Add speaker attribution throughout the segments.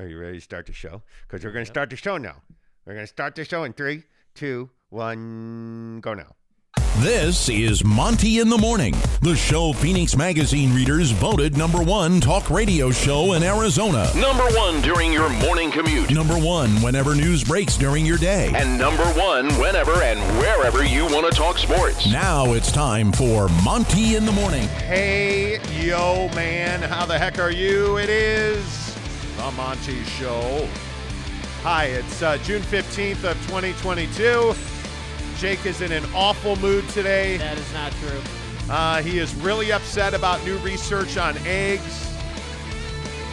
Speaker 1: Are you ready to start the show? Because we're going to start the show now. We're going to start the show in three, two, one, go now.
Speaker 2: This is Monty in the Morning, the show Phoenix Magazine readers voted number one talk radio show in Arizona.
Speaker 3: Number one during your morning commute.
Speaker 2: Number one whenever news breaks during your day.
Speaker 3: And number one whenever and wherever you want to talk sports.
Speaker 2: Now it's time for Monty in the Morning.
Speaker 1: Hey, yo, man, how the heck are you? It is the Monty Show. Hi, it's uh, June 15th of 2022. Jake is in an awful mood today.
Speaker 4: That is not true.
Speaker 1: Uh, he is really upset about new research on eggs.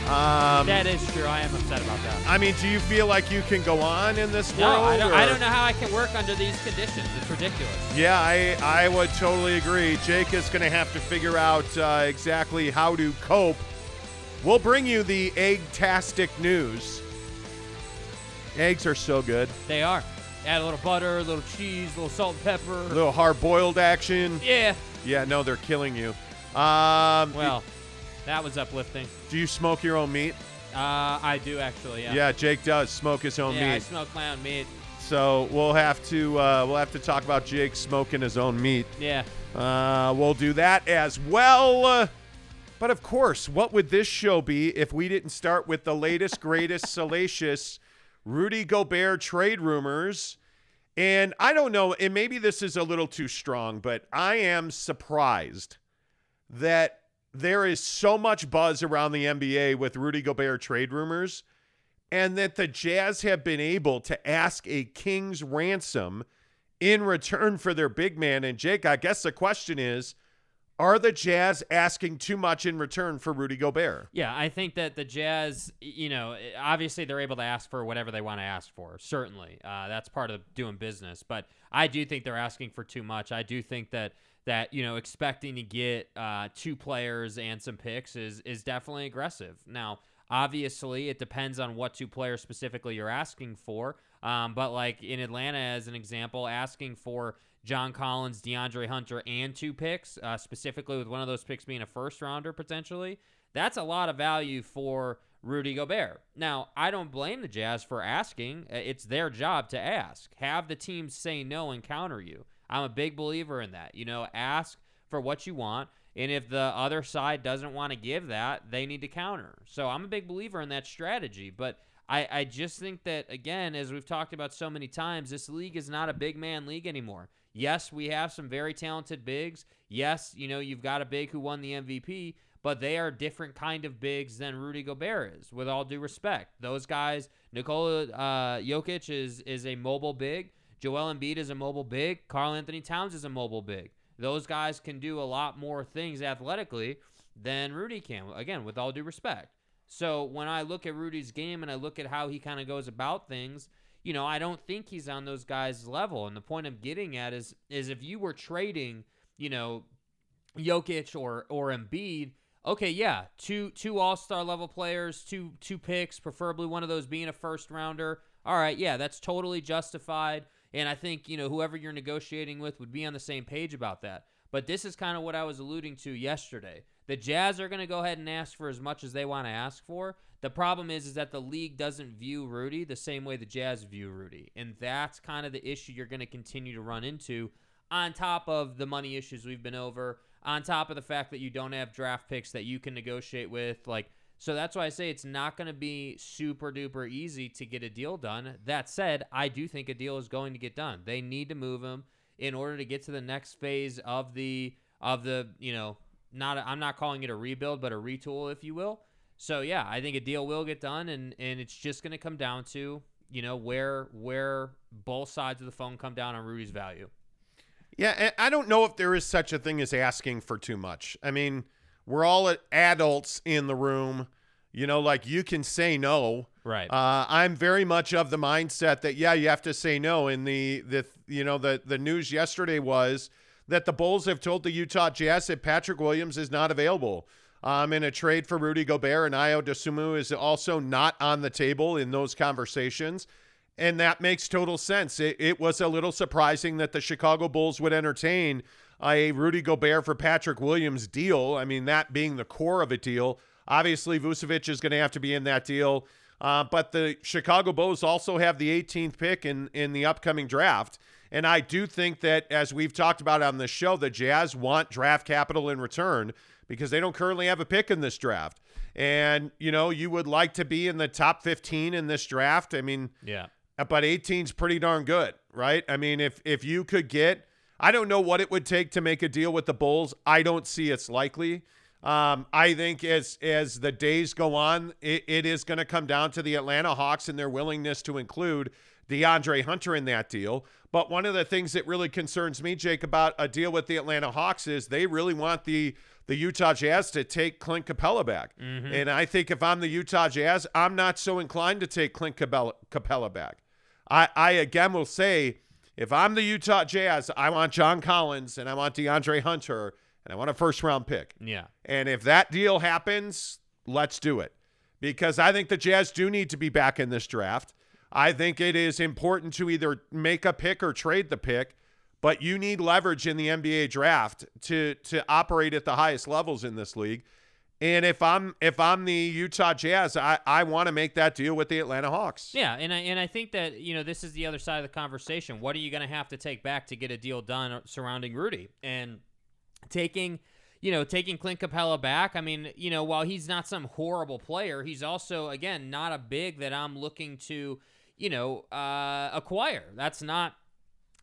Speaker 1: Um,
Speaker 4: That is true. I am upset about that.
Speaker 1: I mean, do you feel like you can go on in this
Speaker 4: No,
Speaker 1: world?
Speaker 4: I don't, I
Speaker 1: or-
Speaker 4: don't know how I can work under these conditions. It's ridiculous.
Speaker 1: Yeah, I, I would totally agree. Jake is going to have to figure out uh, exactly how to cope. We'll bring you the egg-tastic news. Eggs are so good.
Speaker 4: They are. Add a little butter, a little cheese, a little salt and
Speaker 1: A
Speaker 4: pepper.
Speaker 1: little hard-boiled action.
Speaker 4: Yeah.
Speaker 1: Yeah, no, they're killing you. Um,
Speaker 4: Well, that was uplifting.
Speaker 1: do you smoke your own meat?
Speaker 4: Uh, I do actually. Yeah.
Speaker 1: Yeah, Jake does smoke his own
Speaker 4: Yeah, I
Speaker 1: meat.
Speaker 4: smoke my own meat.
Speaker 1: so we'll have to uh, we'll have to talk about Jake smoking his own meat.
Speaker 4: Yeah.
Speaker 1: Uh, we'll do that as well. Uh, But of course, what would this show be if we didn't start with the latest, greatest, salacious Rudy Gobert trade rumors? And I don't know, and maybe this is a little too strong, but I am surprised that there is so much buzz around the NBA with Rudy Gobert trade rumors and that the Jazz have been able to ask a king's ransom in return for their big man. And Jake, I guess the question is are the Jazz asking too much in return for Rudy Gobert?
Speaker 4: Yeah, I think that the Jazz, y- you know, i- obviously they're able to ask for whatever they want to ask for. Certainly, uh, that's part of doing business. But I do think they're asking for too much. I do think that that you know expecting to get uh, two players and some picks is is definitely aggressive. Now, obviously, it depends on what two players specifically you're asking for. Um, but like in Atlanta, as an example, asking for John Collins, DeAndre Hunter, and two picks, uh, specifically with one of those picks being a first rounder potentially. That's a lot of value for Rudy Gobert. Now, I don't blame the Jazz for asking. Uh, It's their job to ask. Have the team say no and counter you. I'm a big believer in that. You know, ask for what you want. And if the other side doesn't want to give that, they need to counter. So I'm a big believer in that strategy. But I, I just think that, again, as we've talked about so many times, this league is not a big man league anymore. Yes, we have some very talented bigs. Yes, you know, you've got a big who won the MVP, but they are different kind of bigs than Rudy Gobert is, with all due respect. Those guys, Nikola uh, Jokic is, is a mobile big. Joel Embiid is a mobile big. Carl Anthony Towns is a mobile big. Those guys can do a lot more things athletically than Rudy can. Again, with all due respect. So when I look at Rudy's game and I look at how he kind of goes about things, you know, I don't think he's on those guys' level. And the point I'm getting at is is if you were trading, you know, Jokic or or Embiid, okay, yeah, two two All Star level players, two two picks, preferably one of those being a first rounder. All right, yeah, that's totally justified, and I think you know whoever you're negotiating with would be on the same page about that. But this is kind of what I was alluding to yesterday. The Jazz are going to go ahead and ask for as much as they want to ask for. The problem is, is that the league doesn't view Rudy the same way the Jazz view Rudy, and that's kind of the issue you're going to continue to run into on top of the money issues we've been over, on top of the fact that you don't have draft picks that you can negotiate with, like so that's why I say it's not going to be super duper easy to get a deal done. That said, I do think a deal is going to get done. They need to move him in order to get to the next phase of the of the, you know, not i I'm not calling it a rebuild, but a retool if you will. So yeah, I think a deal will get done, and and it's just going to come down to you know where where both sides of the phone come down on Rudy's value.
Speaker 1: Yeah, and I don't know if there is such a thing as asking for too much. I mean, we're all adults in the room. You know, like you can say no.
Speaker 4: Right.
Speaker 1: Uh, I'm very much of the mindset that yeah, you have to say no. And the the you know the the news yesterday was that the Bulls have told the Utah Jazz that Patrick Williams is not available. Um, in a trade for Rudy Gobert and Io DeSumo is also not on the table in those conversations. And that makes total sense. It, it was a little surprising that the Chicago Bulls would entertain a Rudy Gobert for Patrick Williams deal. I mean, that being the core of a deal. Obviously, Vucevic is going to have to be in that deal. Uh, but the Chicago Bulls also have the 18th pick in in the upcoming draft, and I do think that as we've talked about on the show, the Jazz want draft capital in return because they don't currently have a pick in this draft. And you know, you would like to be in the top 15 in this draft. I mean,
Speaker 4: Yeah.
Speaker 1: but 18 is pretty darn good, right? I mean, if if you could get, I don't know what it would take to make a deal with the Bulls. I don't see it's likely. Um, I think as as the days go on, it, it is going to come down to the Atlanta Hawks and their willingness to include DeAndre Hunter in that deal. But one of the things that really concerns me, Jake, about a deal with the Atlanta Hawks is they really want the the Utah Jazz to take Clint Capella back. And I think if I'm the Utah Jazz, I'm not so inclined to take Clint Capella, Capella back. I, I again will say, if I'm the Utah Jazz, I want John Collins and I want DeAndre Hunter and I want a first round pick.
Speaker 4: Yeah.
Speaker 1: And if that deal happens, let's do it. Because I think the Jazz do need to be back in this draft. I think it is important to either make a pick or trade the pick, but you need leverage in the NBA draft to to operate at the highest levels in this league. And if I'm if I'm the Utah Jazz, I, I want to make that deal with the Atlanta Hawks.
Speaker 4: Yeah, and I and I think that you know this is the other side of the conversation. What are you going to have to take back to get a deal done uh, surrounding Rudy and taking, you know, taking Clint Capella back? I mean, you know, while he's not some horrible player, he's also again not a big that I'm looking to, you know, uh, acquire. That's not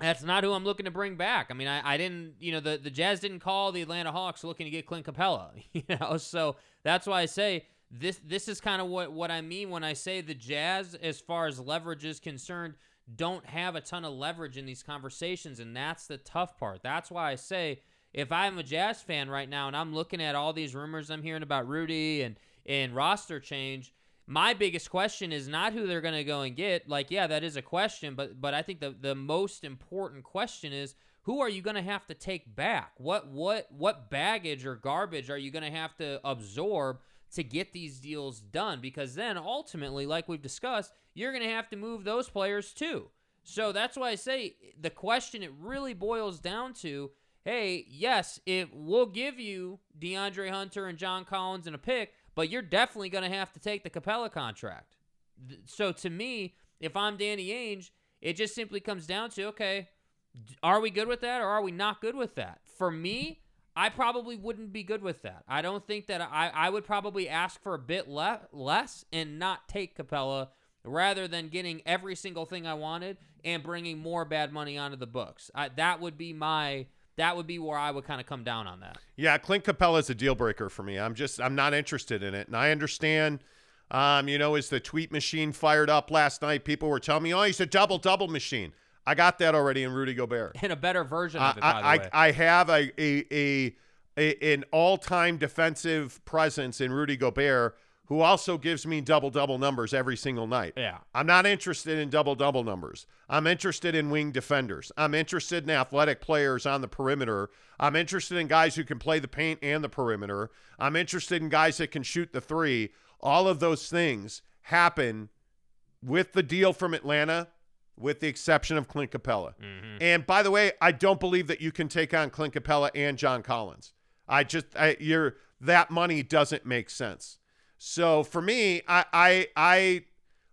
Speaker 4: that's not who I'm looking to bring back. I mean, I, I didn't, you know, the, the Jazz didn't call the Atlanta Hawks looking to get Clint Capella, you know, so that's why I say this this is kind of what, what I mean when I say the Jazz, as far as leverage is concerned, don't have a ton of leverage in these conversations, and that's the tough part. That's why I say if I'm a Jazz fan right now and I'm looking at all these rumors I'm hearing about Rudy and and roster change, my biggest question is not who they're going to go and get. Like, yeah, that is a question, but but I think the the most important question is who are you going to have to take back? What what what baggage or garbage are you going to have to absorb to get these deals done? Because then ultimately, like we've discussed, you're going to have to move those players too. So that's why I say the question it really boils down to hey, yes, it will give you DeAndre Hunter and John Collins and a pick, but you're definitely going to have to take the Capella contract. Th- So to me, if I'm Danny Ainge, it just simply comes down to okay, d- are we good with that or are we not good with that? For me, I probably wouldn't be good with that. I don't think that I, I would probably ask for a bit le- less and not take Capella rather than getting every single thing I wanted and bringing more bad money onto the books. I, that would be my that would be where I would kind of come down on that.
Speaker 1: Yeah, Clint Capella is a deal breaker for me. I'm just I'm not interested in it, and I understand. Um, you know, is the tweet machine fired up last night? People were telling me, "Oh, he's a double double machine." I got that already in Rudy Gobert.
Speaker 4: And a better version
Speaker 1: I
Speaker 4: of it, by the
Speaker 1: I,
Speaker 4: way.
Speaker 1: I, I have a a, a a an all time defensive presence in Rudy Gobert, who also gives me double double numbers every single night.
Speaker 4: yeah.
Speaker 1: I'm not interested in double double numbers. I'm interested in wing defenders. I'm interested in athletic players on the perimeter. I'm interested in guys who can play the paint and the perimeter. I'm interested in guys that can shoot the three. All of those things happen with the deal from Atlanta, with the exception of Clint Capella. And by the way, I don't believe that you can take on Clint Capella and John Collins. I just I, you're that money doesn't make sense. So for me, I I I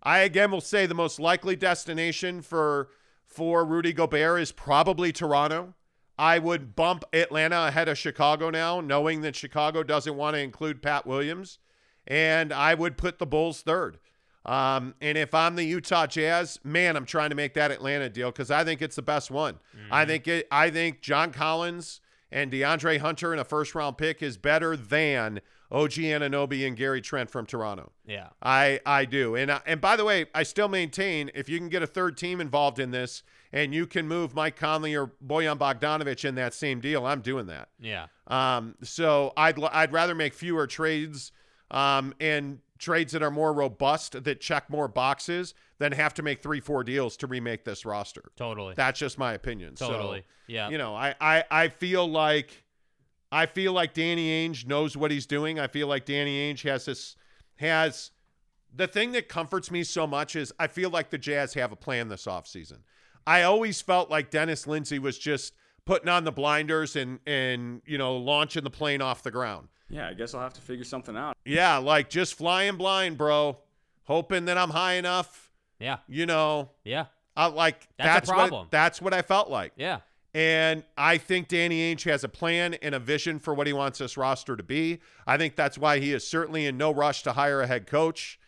Speaker 1: I again will say the most likely destination for for Rudy Gobert is probably Toronto. I would bump Atlanta ahead of Chicago now, knowing that Chicago doesn't want to include Pat Williams, and I would put the Bulls third. Um, and if I'm the Utah Jazz, man, I'm trying to make that Atlanta deal because I think it's the best one. I think it. I think John Collins and DeAndre Hunter in a first round pick is better than OG Ananobi and Gary Trent from Toronto.
Speaker 4: Yeah.
Speaker 1: I I do. And I- and by the way, I still maintain if you can get a third team involved in this and you can move Mike Conley or Boyan Bogdanovich in that same deal, I'm doing that.
Speaker 4: Yeah.
Speaker 1: Um, so I'd l- I'd rather make fewer trades um, and trades that are more robust that check more boxes than have to make three four deals to remake this roster.
Speaker 4: Totally.
Speaker 1: That's just my opinion. So,
Speaker 4: Totally. Yeah.
Speaker 1: You know, I, I I feel like I feel like Danny Ainge knows what he's doing. I feel like Danny Ainge has this has the thing that comforts me so much is I feel like the Jazz have a plan this offseason. I always felt like Dennis Lindsey was just putting on the blinders and and you know launching the plane off the ground.
Speaker 5: Yeah, I guess I'll have to figure something out.
Speaker 1: Yeah, like just flying blind, bro. hoping that I'm high enough.
Speaker 4: Yeah.
Speaker 1: You know,
Speaker 4: Yeah.
Speaker 1: I, like
Speaker 4: That's a problem.
Speaker 1: What, that's what I felt like.
Speaker 4: Yeah.
Speaker 1: And I think Danny Ainge has a plan and a vision for what he wants this roster to be. I think that's why he is certainly in no rush to hire a head coach,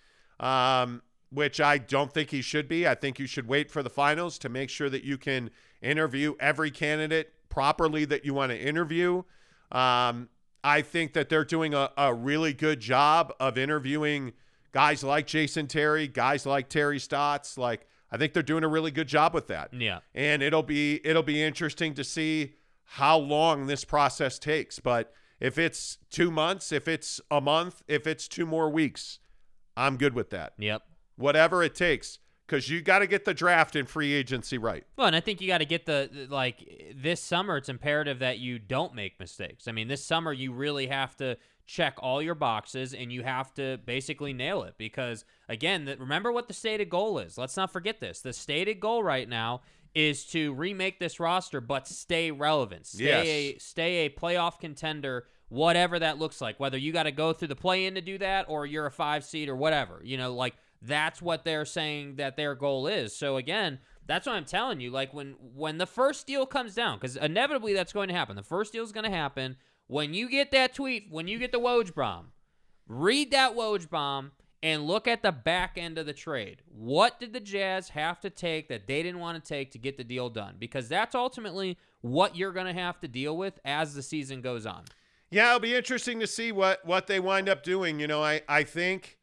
Speaker 1: um, which I don't think he should be. I think you should wait for the finals to make sure that you can interview every candidate properly that you want to interview. Um, I think that they're doing a, a really good job of interviewing guys like Jason Terry, guys like Terry Stotts. Like, I think they're doing a really good job with that
Speaker 4: Yeah.
Speaker 1: and it'll be it'll be interesting to see how long this process takes but if it's 2 months if it's a month if it's two more weeks I'm good with that
Speaker 4: Yep.
Speaker 1: whatever it takes cuz you got to get the draft and free agency right
Speaker 4: Well, and I think you got to get the the- like this summer. It's imperative that you don't make mistakes. I mean, this summer you really have to check all your boxes and you have to basically nail it because again, that remember what the stated goal is. Let's not forget this. The stated goal right now is to remake this roster but stay relevant. Stay a,
Speaker 1: Yes.
Speaker 4: stay a playoff contender whatever that looks like. Whether you got to go through the play in to do that or you're a 5 seed or whatever. You know, like that's what they're saying that their goal is. So again, that's what I'm telling you. Like when when the first deal comes down, because inevitably that's going to happen. The first deal is going to happen when you get that tweet, when you get the Woj bomb. Read that Woj bomb and look at the back end of the trade. What did the Jazz have to take that they didn't want to take to get the deal done? Because that's ultimately what you're going to have to deal with as the season goes on.
Speaker 1: Yeah, it'll be interesting to see what what they wind up doing. You know, I I think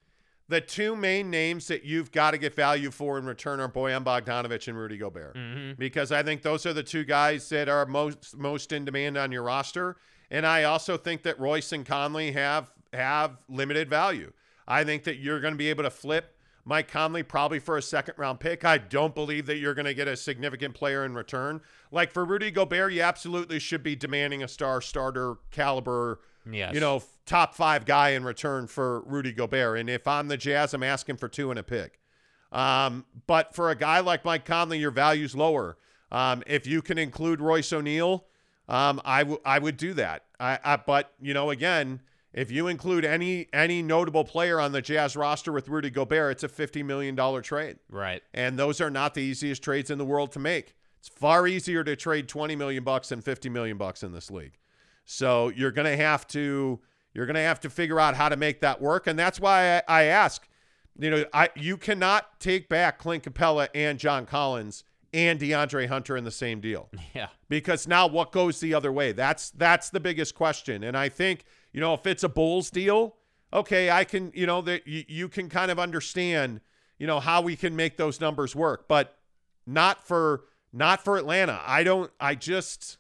Speaker 1: the two main names that you've got to get value for in return are Boyan Bogdanovich and Rudy Gobert, because I think those are the two guys that are most most in demand on your roster. And I also think that Royce and Conley have have limited value. I think that you're going to be able to flip Mike Conley probably for a second round pick. I don't believe that you're going to get a significant player in return. Like for Rudy Gobert, you absolutely should be demanding a star starter caliber,
Speaker 4: Yes.
Speaker 1: you know, f- top five guy in return for Rudy Gobert. And if I'm the Jazz, I'm asking for two and a pick. Um, but for a guy like Mike Conley, your value's lower. Um, if you can include Royce O'Neal, um, I w- I would do that. I, I but you know again, if you include any any notable player on the Jazz roster with Rudy Gobert, it's a fifty million dollar trade,
Speaker 4: Right.
Speaker 1: and those are not the easiest trades in the world to make. It's far easier to trade twenty million bucks than fifty million bucks in this league. So you're gonna have to you're gonna have to figure out how to make that work, and that's why I, I ask. You know, I you cannot take back Clint Capella and John Collins and DeAndre Hunter in the same deal
Speaker 4: Yeah.
Speaker 1: because now what goes the other way? That's that's the biggest question. And I think you know if it's a Bulls deal, okay, I can you know that you, you can kind of understand you know how we can make those numbers work, but not for not for Atlanta. I don't. I just.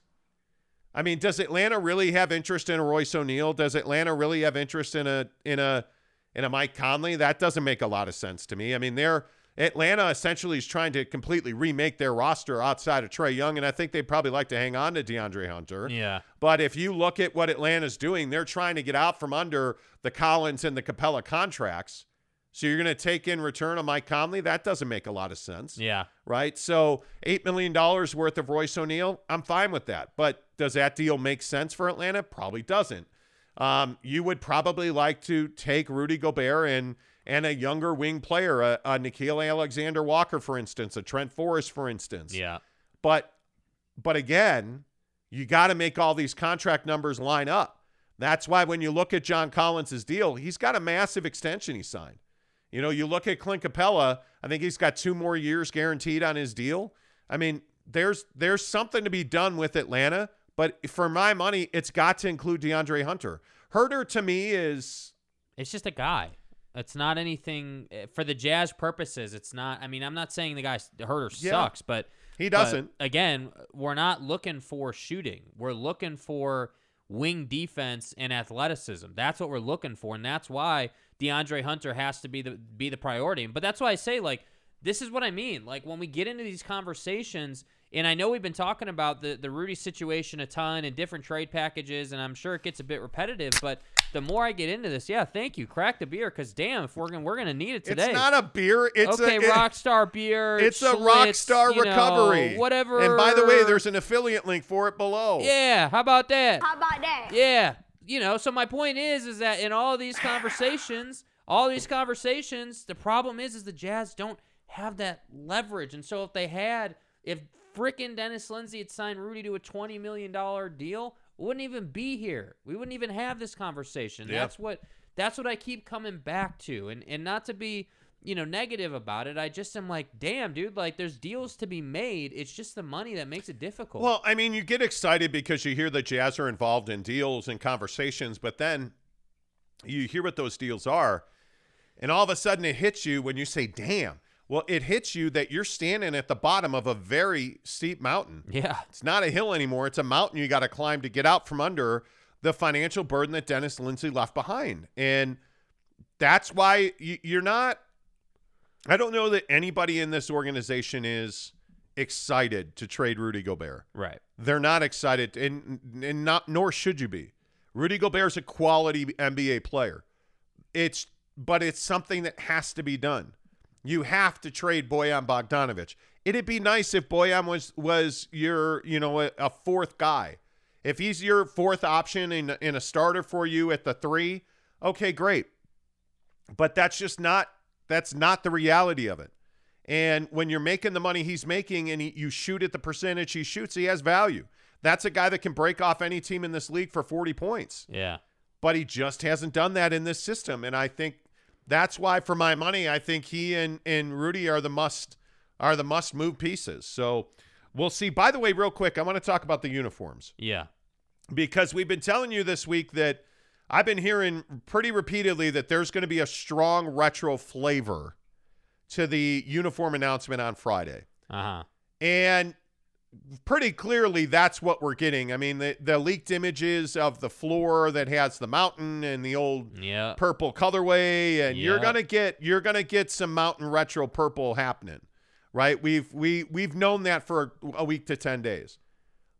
Speaker 1: I mean, does Atlanta really have interest in a Royce O'Neal? Does Atlanta really have interest in a in a in a Mike Conley? That doesn't make a lot of sense to me. I mean, they're Atlanta essentially is trying to completely remake their roster outside of Trey Young, and I think they'd probably like to hang on to DeAndre Hunter.
Speaker 4: Yeah.
Speaker 1: But if you look at what Atlanta's doing, they're trying to get out from under the Collins and the Capella contracts. So you're going to take in return a Mike Conley? That doesn't make a lot of sense
Speaker 4: Yeah.
Speaker 1: right? So eight million dollars worth of Royce O'Neal, I'm fine with that. But does that deal make sense for Atlanta? Probably doesn't. Um, you would probably like to take Rudy Gobert and and a younger wing player, a, a Nikhil Alexander Walker, for instance, a Trent Forrest, for instance.
Speaker 4: Yeah.
Speaker 1: But but again, you got to make all these contract numbers line up. That's why when you look at John Collins' deal, he's got a massive extension he signed. You know, you look at Clint Capella, I think he's got two more years guaranteed on his deal. I mean, there's there's something to be done with Atlanta, but for my money, it's got to include DeAndre Hunter. Herder to me is
Speaker 4: It's just a guy. It's not anything eh, for the Jazz purposes. It's not. I mean, I'm not saying the guy s- Herter
Speaker 1: Yeah.
Speaker 4: sucks, but
Speaker 1: he
Speaker 4: but
Speaker 1: doesn't.
Speaker 4: again, we're not looking for shooting. We're looking for wing defense and athleticism. That's what we're looking for, and that's why DeAndre Hunter has to be the be the priority. But that's why I say like this is what I mean. Like when we get into these conversations, and I know we've been talking about the the Rudy situation a ton and different trade packages, and I'm sure it gets a bit repetitive, but. The more I get into this, yeah, thank you. Crack the beer, cause damn, if we're gonna we're gonna need it today
Speaker 1: It's not a beer. It's
Speaker 4: okay,
Speaker 1: a, it-
Speaker 4: rock star beer.
Speaker 1: It's a
Speaker 4: Schlitz,
Speaker 1: rock star
Speaker 4: you know,
Speaker 1: recovery.
Speaker 4: whatever.
Speaker 1: And by the way, there's an affiliate link for it below.
Speaker 4: yeah. How about that?
Speaker 5: How about that?
Speaker 4: Yeah, you know. So my point is, is that in all these conversations, all these conversations. The problem is, is the Jazz don't have that leverage. And so if they had, if frickin' Dennis Lindsey had signed Rudy to a twenty million dollar deal, we wouldn't even be here. We wouldn't even have this conversation.
Speaker 1: Yeah.
Speaker 4: That's what that's what I keep coming back to. And and not to be you know negative about it, I just am like, damn, dude, like there's deals to be made. It's just the money that makes it difficult.
Speaker 1: Well, I mean, you get excited because you hear the Jazz are involved in deals and conversations, but then you hear what those deals are, and all of a sudden it hits you when you say, "Damn!" Well, it hits you that you're standing at the bottom of a very steep mountain.
Speaker 4: yeah.
Speaker 1: It's not a hill anymore. It's a mountain you got to climb to get out from under the financial burden that Dennis Lindsay left behind. And that's why you- you're not, I don't know that anybody in this organization is excited to trade Rudy Gobert.
Speaker 4: Right.
Speaker 1: They're not excited, and, and not nor should you be. Rudy Gobert's a quality NBA player. It's but it's something that has to be done. You have to trade Boyan Bogdanovich. It'd be nice if Boyan was was your you know a, a fourth guy. If he's your fourth option and and a starter for you at the three, okay, great. But that's just not that's not the reality of it. And when you're making the money he's making and he, you shoot at the percentage he shoots, he has value. That's a guy that can break off any team in this league for 40 points.
Speaker 4: Yeah.
Speaker 1: But he just hasn't done that in this system. And I think that's why for my money, I think he and, and Rudy are the must are the must move pieces. So we'll see. By the way, real quick, I want to talk about the uniforms
Speaker 4: Yeah.
Speaker 1: because we've been telling you this week that I've been hearing pretty repeatedly that there's going to be a strong retro flavor to the uniform announcement on Friday.
Speaker 4: Uh huh.
Speaker 1: And pretty clearly, that's what we're getting. I mean, the, the leaked images of the floor that has the mountain and the old
Speaker 4: Yeah.
Speaker 1: purple colorway, and you're
Speaker 4: Yep.
Speaker 1: gonna get you're gonna get some mountain retro purple happening, right? We've we we've known that for a, a week to ten days,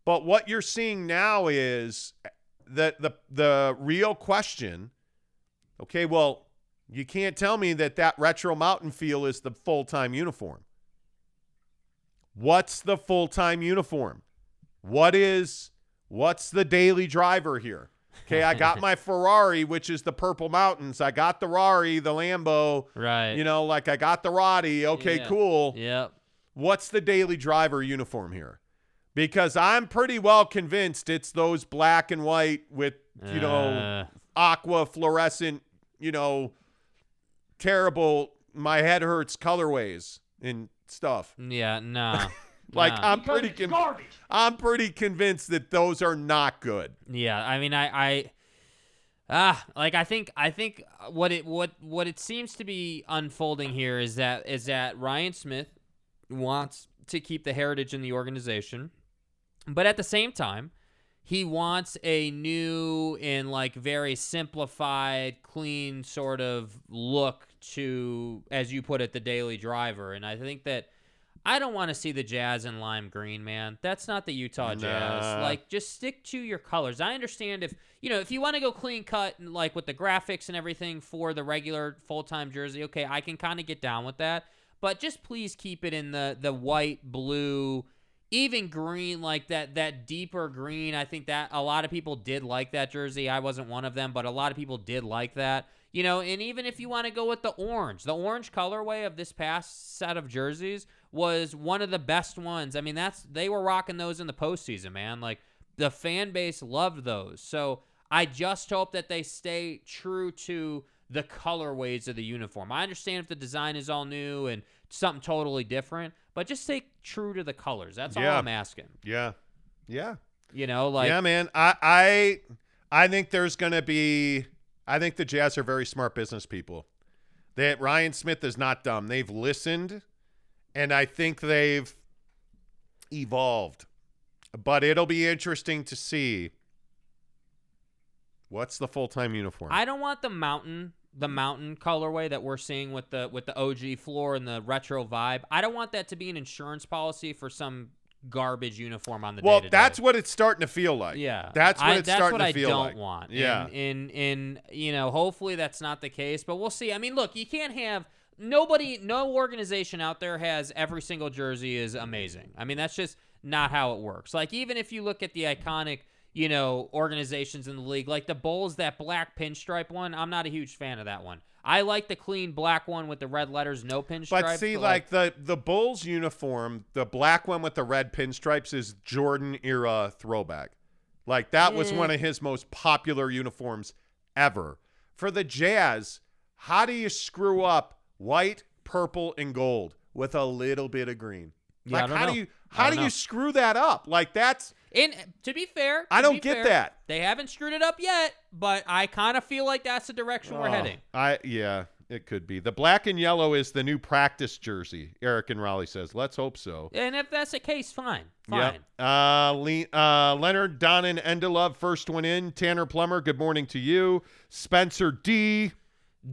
Speaker 1: but what you're seeing now is the the the real question. Okay, well, you can't tell me that that retro mountain feel is the full time uniform. What's the full time uniform? What is what's the daily driver here? Okay, I got my Ferrari, which is the Purple Mountains. I got the Rari, the Lambo.
Speaker 4: Right.
Speaker 1: You know, like I got the Roddy. Okay,
Speaker 4: Yeah.
Speaker 1: cool.
Speaker 4: Yep.
Speaker 1: What's the daily driver uniform here? Because I'm pretty well convinced it's those black and white with, you know,
Speaker 4: Uh,
Speaker 1: aqua fluorescent, you know, terrible, my head hurts colorways and stuff.
Speaker 4: yeah. Nah.
Speaker 1: Like
Speaker 4: nah.
Speaker 1: I'm pretty con- I'm pretty convinced that those are not good.
Speaker 4: Yeah, I mean, I, I, ah, like I think, I think what it, what, what it seems to be unfolding here is that is that Ryan Smith wants to keep the heritage in the organization, but at the same time, he wants a new and like very simplified, clean sort of look to, as you put it, the daily driver. And I think that I don't want to see the Jazz in lime green, man. That's not the Utah Jazz.
Speaker 1: Nah.
Speaker 4: Like, just stick to your colors. I understand if you know if you want to go clean cut and like with the graphics and everything for the regular full time jersey. Okay, I can kind of get down with that, but just please keep it in the the white, blue, even green, like that that deeper green. I think that a lot of people did like that jersey. I wasn't one of them, but a lot of people did like that. You know, and even if you want to go with the orange, the orange colorway of this past set of jerseys was one of the best ones. I mean, that's they were rocking those in the postseason, man. Like the fan base loved those. So I just hope that they stay true to the colorways of the uniform. I understand if the design is all new and something totally different, but just stay true to the colors. That's
Speaker 1: Yeah.
Speaker 4: all I'm asking.
Speaker 1: Yeah. Yeah.
Speaker 4: You know, like
Speaker 1: yeah, man. I I I think there's gonna be I think the Jazz are very smart business people. That Ryan Smith is not dumb. They've listened and I think they've evolved. But it'll be interesting to see what's the full time uniform.
Speaker 4: I don't want the mountain the mountain colorway that we're seeing with the with the OG floor and the retro vibe. I don't want that to be an insurance policy for some garbage uniform on the
Speaker 1: well,
Speaker 4: day-to-day.
Speaker 1: that's what it's starting to feel like.
Speaker 4: Yeah,
Speaker 1: That's what
Speaker 4: I,
Speaker 1: it's
Speaker 4: that's
Speaker 1: starting
Speaker 4: what
Speaker 1: to feel
Speaker 4: I don't
Speaker 1: like.
Speaker 4: want.
Speaker 1: Yeah.
Speaker 4: in, in in you know, hopefully that's not the case, but we'll see. I mean, look, you can't have nobody, no organization out there has every single jersey is amazing. I mean, that's just not how it works. Like even if you look at the iconic. you know, organizations in the league. Like the Bulls, that black pinstripe one, I'm not a huge fan of that one. I like the clean black one with the red letters, no pinstripe.
Speaker 1: But see, like, the the Bulls uniform, the black one with the red pinstripes is Jordan era throwback. Like that was one of his most popular uniforms ever. For the Jazz, how do you screw up white, purple, and gold with a little bit of green?
Speaker 4: Yeah, I
Speaker 1: Like
Speaker 4: don't
Speaker 1: how
Speaker 4: know.
Speaker 1: do you
Speaker 4: I
Speaker 1: how
Speaker 4: don't
Speaker 1: do
Speaker 4: know.
Speaker 1: you screw that up? Like that's
Speaker 4: And to be fair,
Speaker 1: I
Speaker 4: to
Speaker 1: don't
Speaker 4: be
Speaker 1: get
Speaker 4: fair,
Speaker 1: that.
Speaker 4: They haven't screwed it up yet, but I kind of feel like that's the direction we're
Speaker 1: Oh,
Speaker 4: heading.
Speaker 1: I yeah, it could be. The black and yellow is the new practice jersey. Eric and Raleigh says, "Let's hope so."
Speaker 4: And if that's the case, fine.
Speaker 1: Yeah.
Speaker 4: Fine.
Speaker 1: Uh, Le- uh, Leonard Donnan Endelove, first one in. Tanner Plummer, good morning to you. Spencer D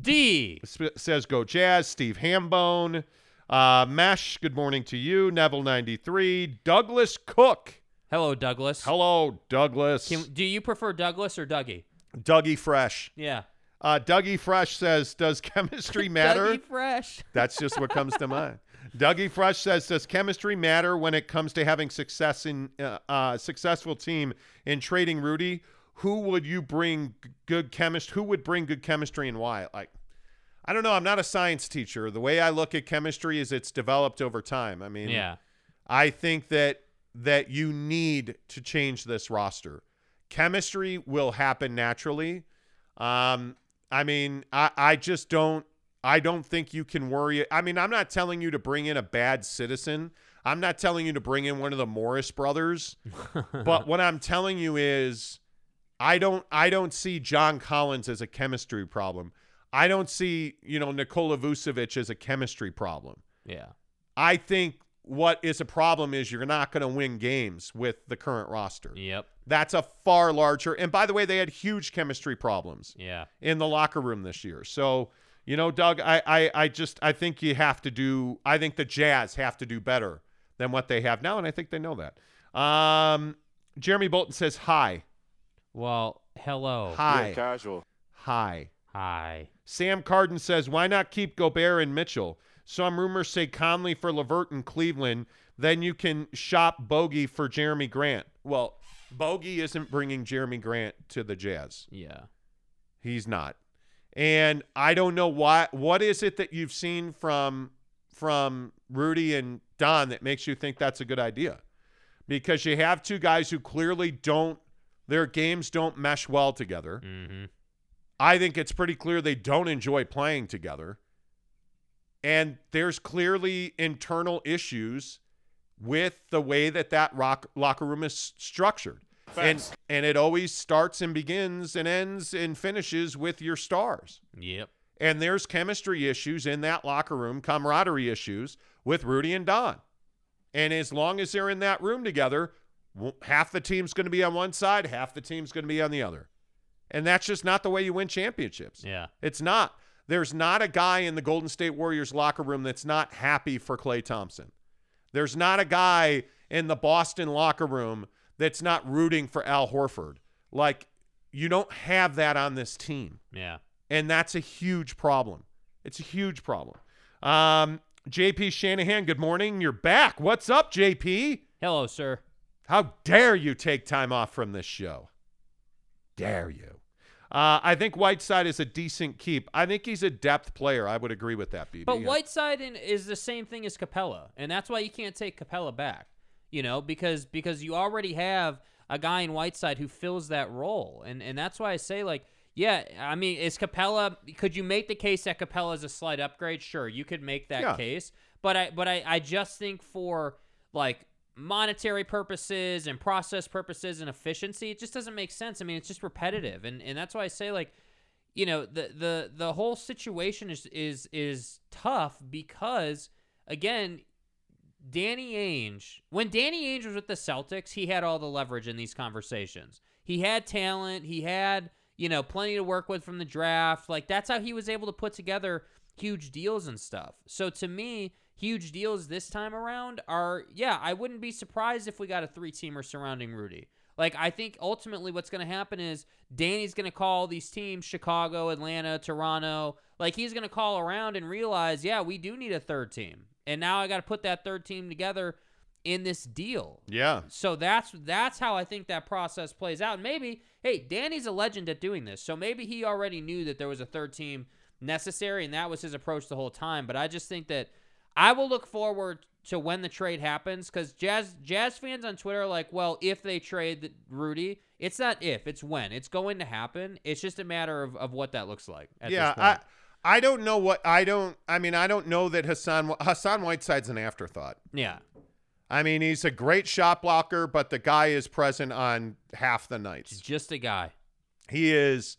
Speaker 4: D.
Speaker 1: sp- says, "Go Jazz." Steve Hambone, uh, Mesh, good morning to you. Neville ninety three. Douglas Cook,
Speaker 4: Hello, Douglas.
Speaker 1: hello, Douglas.
Speaker 4: Can, do you prefer Douglas or Dougie?
Speaker 1: Dougie Fresh.
Speaker 4: Yeah.
Speaker 1: Uh, Dougie Fresh says, "Does chemistry matter?"
Speaker 4: Dougie Fresh.
Speaker 1: That's just what comes to mind. Dougie Fresh says, "Does chemistry matter when it comes to having success in uh, uh, successful team in trading Rudy? Who would you bring g- good chemist? Who would bring good chemistry and why?" Like, I don't know. I'm not a science teacher. The way I look at chemistry is it's developed over time. I mean,
Speaker 4: Yeah.
Speaker 1: I think that that you need to change this roster. Chemistry will happen naturally. Um, I mean, I, I just don't I don't think you can worry. I mean, I'm not telling you to bring in a bad citizen. I'm not telling you to bring in one of the Morris brothers. but what I'm telling you is I don't I don't see John Collins as a chemistry problem. I don't see, you know, Nikola Vucevic as a chemistry problem.
Speaker 4: Yeah.
Speaker 1: I think what is a problem is you're not going to win games with the current roster.
Speaker 4: Yep.
Speaker 1: That's a far larger. And by the way, they had huge chemistry problems
Speaker 4: Yeah.
Speaker 1: in the locker room this year. So, you know, Doug, I, I, I just I think you have to do. I think the Jazz have to do better than what they have now, and I think they know that. Um, Jeremy Bolton says hi,
Speaker 4: Well, hello.
Speaker 1: hi,
Speaker 5: casual.
Speaker 1: hi.
Speaker 4: Hi.
Speaker 1: Sam Carden says, why not keep Gobert and Mitchell? Some rumors say Conley for Levert in Cleveland. Then you can shop Bogey for Jeremy Grant. Well, Bogey isn't bringing Jeremy Grant to the Jazz.
Speaker 4: Yeah.
Speaker 1: He's not. And I don't know why. What is it that you've seen from from Rudy and Don that makes you think that's a good idea? Because you have two guys who clearly don't their games don't mesh well together.
Speaker 4: Mm-hmm.
Speaker 1: I think it's pretty clear they don't enjoy playing together. And there's clearly internal issues with the way that that rock, locker room is s- structured. And, and it always starts and begins and ends and finishes with your stars.
Speaker 4: Yep.
Speaker 1: And there's chemistry issues in that locker room, camaraderie issues with Rudy and Don. And as long as they're in that room together, w- half the team's going to be on one side, half the team's going to be on the other. And that's just not the way you win championships.
Speaker 4: Yeah.
Speaker 1: It's not. There's not a guy in the Golden State Warriors locker room that's not happy for Clay Thompson. There's not a guy in the Boston locker room that's not rooting for Al Horford. Like, you don't have that on this team.
Speaker 4: Yeah.
Speaker 1: And that's a huge problem. It's a huge problem. Um, JP Shanahan, good morning. You're back. What's up, JP?
Speaker 4: Hello, sir.
Speaker 1: How dare you take time off from this show? Dare you? Uh, I think Whiteside is a decent keep. I think he's a depth player. I would agree with that, BB.
Speaker 4: But Whiteside in, is the same thing as Capella, and that's why you can't take Capella back. You know, because because you already have a guy in Whiteside who fills that role, and and that's why I say like, yeah, I mean, is Capella? Could you make the case that Capella is a slight upgrade? Sure, you could make that
Speaker 1: Yeah.
Speaker 4: case, but I but I I just think for like monetary purposes and process purposes and efficiency, it just doesn't make sense. I mean, it's just repetitive, and and that's why I say like you know the the the whole situation is is is tough because again Danny Ainge when Danny Ainge was with the Celtics he had all the leverage in these conversations he had talent he had you know plenty to work with from the draft like that's how he was able to put together huge deals and stuff so to me huge deals this time around are yeah I wouldn't be surprised if we got a three teamer surrounding Rudy like I think ultimately what's going to happen is Danny's going to call these teams Chicago, Atlanta, Toronto. Like he's going to call around and realize, yeah, we do need a third team. And now I got to put that third team together in this deal.
Speaker 1: Yeah.
Speaker 4: So that's that's how I think that process plays out. Maybe, hey, Danny's a legend at doing this. So maybe he already knew that there was a third team necessary and that was his approach the whole time, but I just think that I will look forward to when the trade happens cuz Jazz Jazz fans on Twitter are like, "Well, if they trade Rudy, it's not if, it's when. It's going to happen. It's just a matter of, of what that looks like." at
Speaker 1: yeah,
Speaker 4: this point.
Speaker 1: I I don't know what I don't I mean I don't know that Hassan Hassan Whiteside's an afterthought.
Speaker 4: yeah.
Speaker 1: I mean, he's a great shot blocker, but the guy is present on half the
Speaker 4: He's
Speaker 1: nights.
Speaker 4: just a guy.
Speaker 1: He is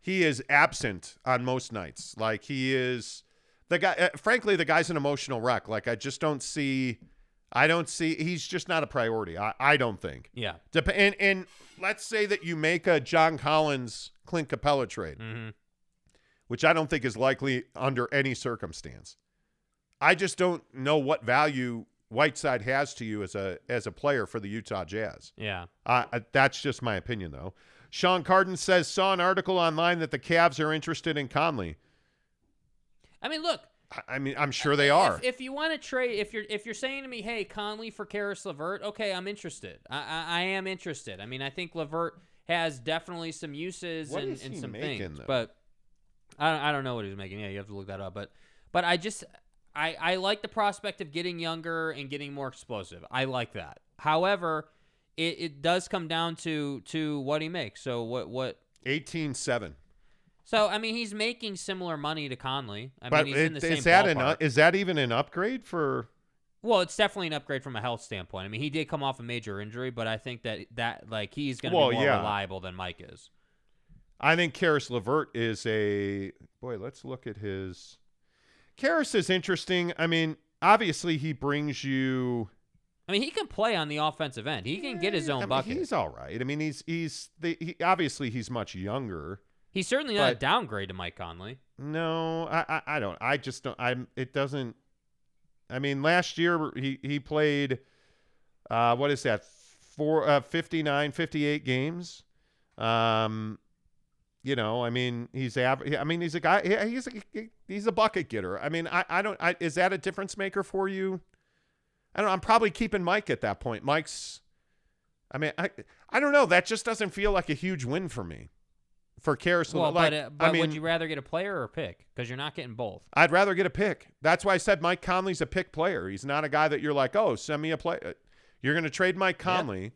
Speaker 1: he is absent on most nights. Like he is the guy uh, frankly the guy's an emotional wreck. Like I just don't see I don't see he's just not a priority. I I don't think.
Speaker 4: Yeah.
Speaker 1: Dep- and and let's say that you make a John Collins Clint Capella trade,
Speaker 4: Mhm.
Speaker 1: which I don't think is likely under any circumstance. I just don't know what value Whiteside has to you as a as a player for the Utah Jazz.
Speaker 4: Yeah.
Speaker 1: Uh, uh, that's just my opinion, though. Sean Carden says saw an article online that the Cavs are interested in Conley.
Speaker 4: I mean, look,
Speaker 1: I, I mean, I'm sure they are.
Speaker 4: If, if you want to trade, if you're if you're saying to me, "Hey, Conley for Karis Levert," okay, I'm interested. I, I I am interested. I mean, I think Levert has definitely some uses
Speaker 1: What
Speaker 4: and,
Speaker 1: is
Speaker 4: and
Speaker 1: he
Speaker 4: some
Speaker 1: making,
Speaker 4: things,
Speaker 1: though?
Speaker 4: but I don't, I don't know what he's making. Yeah, you have to look that up. But but I just I I like the prospect of getting younger and getting more explosive. I like that. However, it, it does come down to to what he makes. So what what.
Speaker 1: 18-7.
Speaker 4: So I mean, he's making similar money to Conley. I
Speaker 1: But
Speaker 4: mean, he's in
Speaker 1: it,
Speaker 4: the same
Speaker 1: is that an
Speaker 4: ballpark.
Speaker 1: u- is that even an upgrade for
Speaker 4: Well, it's definitely an upgrade from a health standpoint. I mean, he did come off a major injury, but I think that that like he's going to
Speaker 1: Well,
Speaker 4: be more
Speaker 1: yeah.
Speaker 4: reliable than Mike is.
Speaker 1: I think Karis Levert is a boy. Let's look at his. Karis is interesting. I mean, obviously he brings you. eh,
Speaker 4: I mean, he can play on the offensive end. He can get his
Speaker 1: I
Speaker 4: own
Speaker 1: mean,
Speaker 4: bucket.
Speaker 1: He's all right. I mean, he's he's the, he, obviously he's much younger.
Speaker 4: he's certainly not a
Speaker 1: but-
Speaker 4: downgrade to Mike Conley.
Speaker 1: No, I I, I don't. I just don't. I'm. It doesn't. I mean, last year he he played. Uh, what is that? Four uh, 59, 58 games. Um, you know, I mean, he's average. I mean, he's a guy. he- He's a he- he's a bucket getter. I mean, I I don't. I, is that a difference maker for you? I don't. I'm probably keeping Mike at that point. Mike's. I mean, I I don't know. That just doesn't feel like a huge win for me. For Karis,
Speaker 4: Well,
Speaker 1: like,
Speaker 4: but uh,
Speaker 1: I
Speaker 4: but
Speaker 1: mean,
Speaker 4: would you rather get a player or a pick? Because you're not getting both.
Speaker 1: I'd rather get a pick. That's why I said Mike Conley's a pick player. He's not a guy that you're like, oh, send me a play. You're going to trade Mike Conley,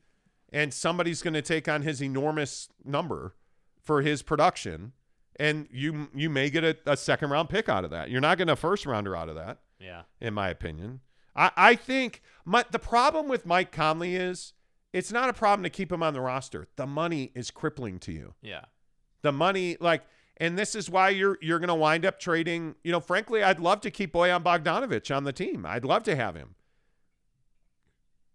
Speaker 1: and somebody's going to take on his enormous number for his production, and you you may get a, a second round pick out of that. You're not getting a first rounder out of that,
Speaker 4: Yeah.
Speaker 1: in my opinion. I I think my, the problem with Mike Conley is it's not a problem to keep him on the roster. The money is crippling to you
Speaker 4: Yeah.
Speaker 1: the money like and this is why you're you're going to wind up trading you know frankly i'd love to keep boyan bogdanovich on the team i'd love to have him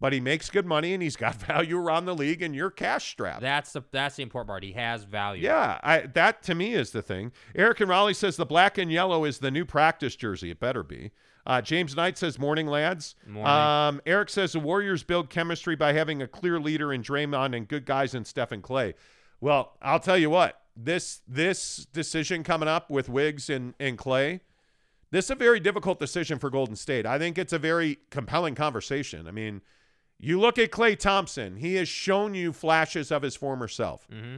Speaker 1: but he makes good money and he's got value around the league and you're cash strapped
Speaker 4: That's the that's the important part. He has value.
Speaker 1: yeah I, that to me is the thing eric and raleigh says the black and yellow is the new practice jersey it better be uh, james knight says morning lads
Speaker 4: Morning.
Speaker 1: Um, eric says the warriors build chemistry by having a clear leader in draymond and good guys in stephen clay well, I'll tell you what. This this decision coming up with Wiggs and and Clay, this is a very difficult decision for Golden State. I think it's a very compelling conversation. I mean, you look at Clay Thompson. He has shown you flashes of his former self.
Speaker 4: Mm-hmm.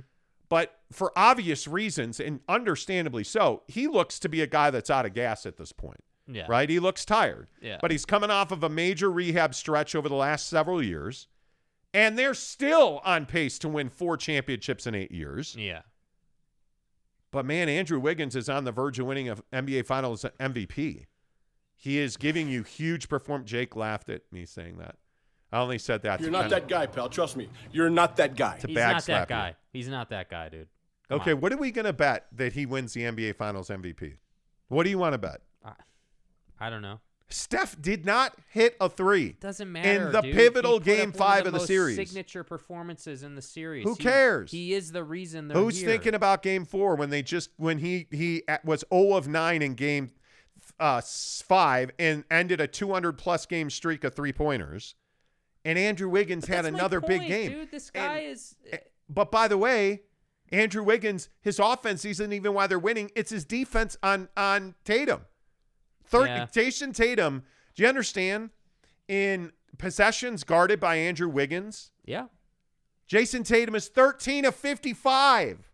Speaker 1: But for obvious reasons and understandably so, he looks to be a guy that's out of gas at this point
Speaker 4: Yeah.
Speaker 1: right? He looks tired.
Speaker 4: Yeah.
Speaker 1: But he's coming off of a major rehab stretch over the last several years. And they're still on pace to win four championships in eight years.
Speaker 4: Yeah.
Speaker 1: But man, Andrew Wiggins is on the verge of winning an NBA Finals MVP. He is giving you huge perform. Jake laughed at me saying that. I only said that.
Speaker 5: You're
Speaker 1: to
Speaker 5: not
Speaker 1: kind
Speaker 5: that
Speaker 1: of-
Speaker 5: guy, pal. Trust me. You're not that guy.
Speaker 1: To
Speaker 4: He's
Speaker 1: bag
Speaker 4: not
Speaker 1: slap
Speaker 4: that
Speaker 1: you.
Speaker 4: guy. He's not that guy, dude. Come
Speaker 1: Okay,
Speaker 4: on.
Speaker 1: what are we gonna bet that he wins the NBA Finals MVP? What do you want to bet?
Speaker 4: I don't know.
Speaker 1: Steph did not hit a three.
Speaker 4: Doesn't matter.
Speaker 1: the
Speaker 4: dude.
Speaker 1: pivotal
Speaker 4: He put
Speaker 1: game
Speaker 4: up
Speaker 1: five
Speaker 4: one
Speaker 1: of
Speaker 4: of
Speaker 1: the
Speaker 4: most
Speaker 1: series.
Speaker 4: Signature performances in the series.
Speaker 1: Who
Speaker 4: He-
Speaker 1: cares?
Speaker 4: He is the reason they're
Speaker 1: Who's
Speaker 4: here.
Speaker 1: thinking about game four when they just when he he at- was 0 of 9 in game uh, s- five and ended a 200 plus game streak of three pointers, and Andrew Wiggins had
Speaker 4: That's my
Speaker 1: another big
Speaker 4: point,
Speaker 1: game.
Speaker 4: Dude, this
Speaker 1: And-
Speaker 4: guy is.
Speaker 1: But by the way, Andrew Wiggins, his offense isn't even why they're winning. It's his defense on on Tatum. Third,
Speaker 4: Yeah.
Speaker 1: Jason Tatum. Do you understand? In possessions guarded by Andrew Wiggins.
Speaker 4: Yeah.
Speaker 1: Jason Tatum is 13 of 55.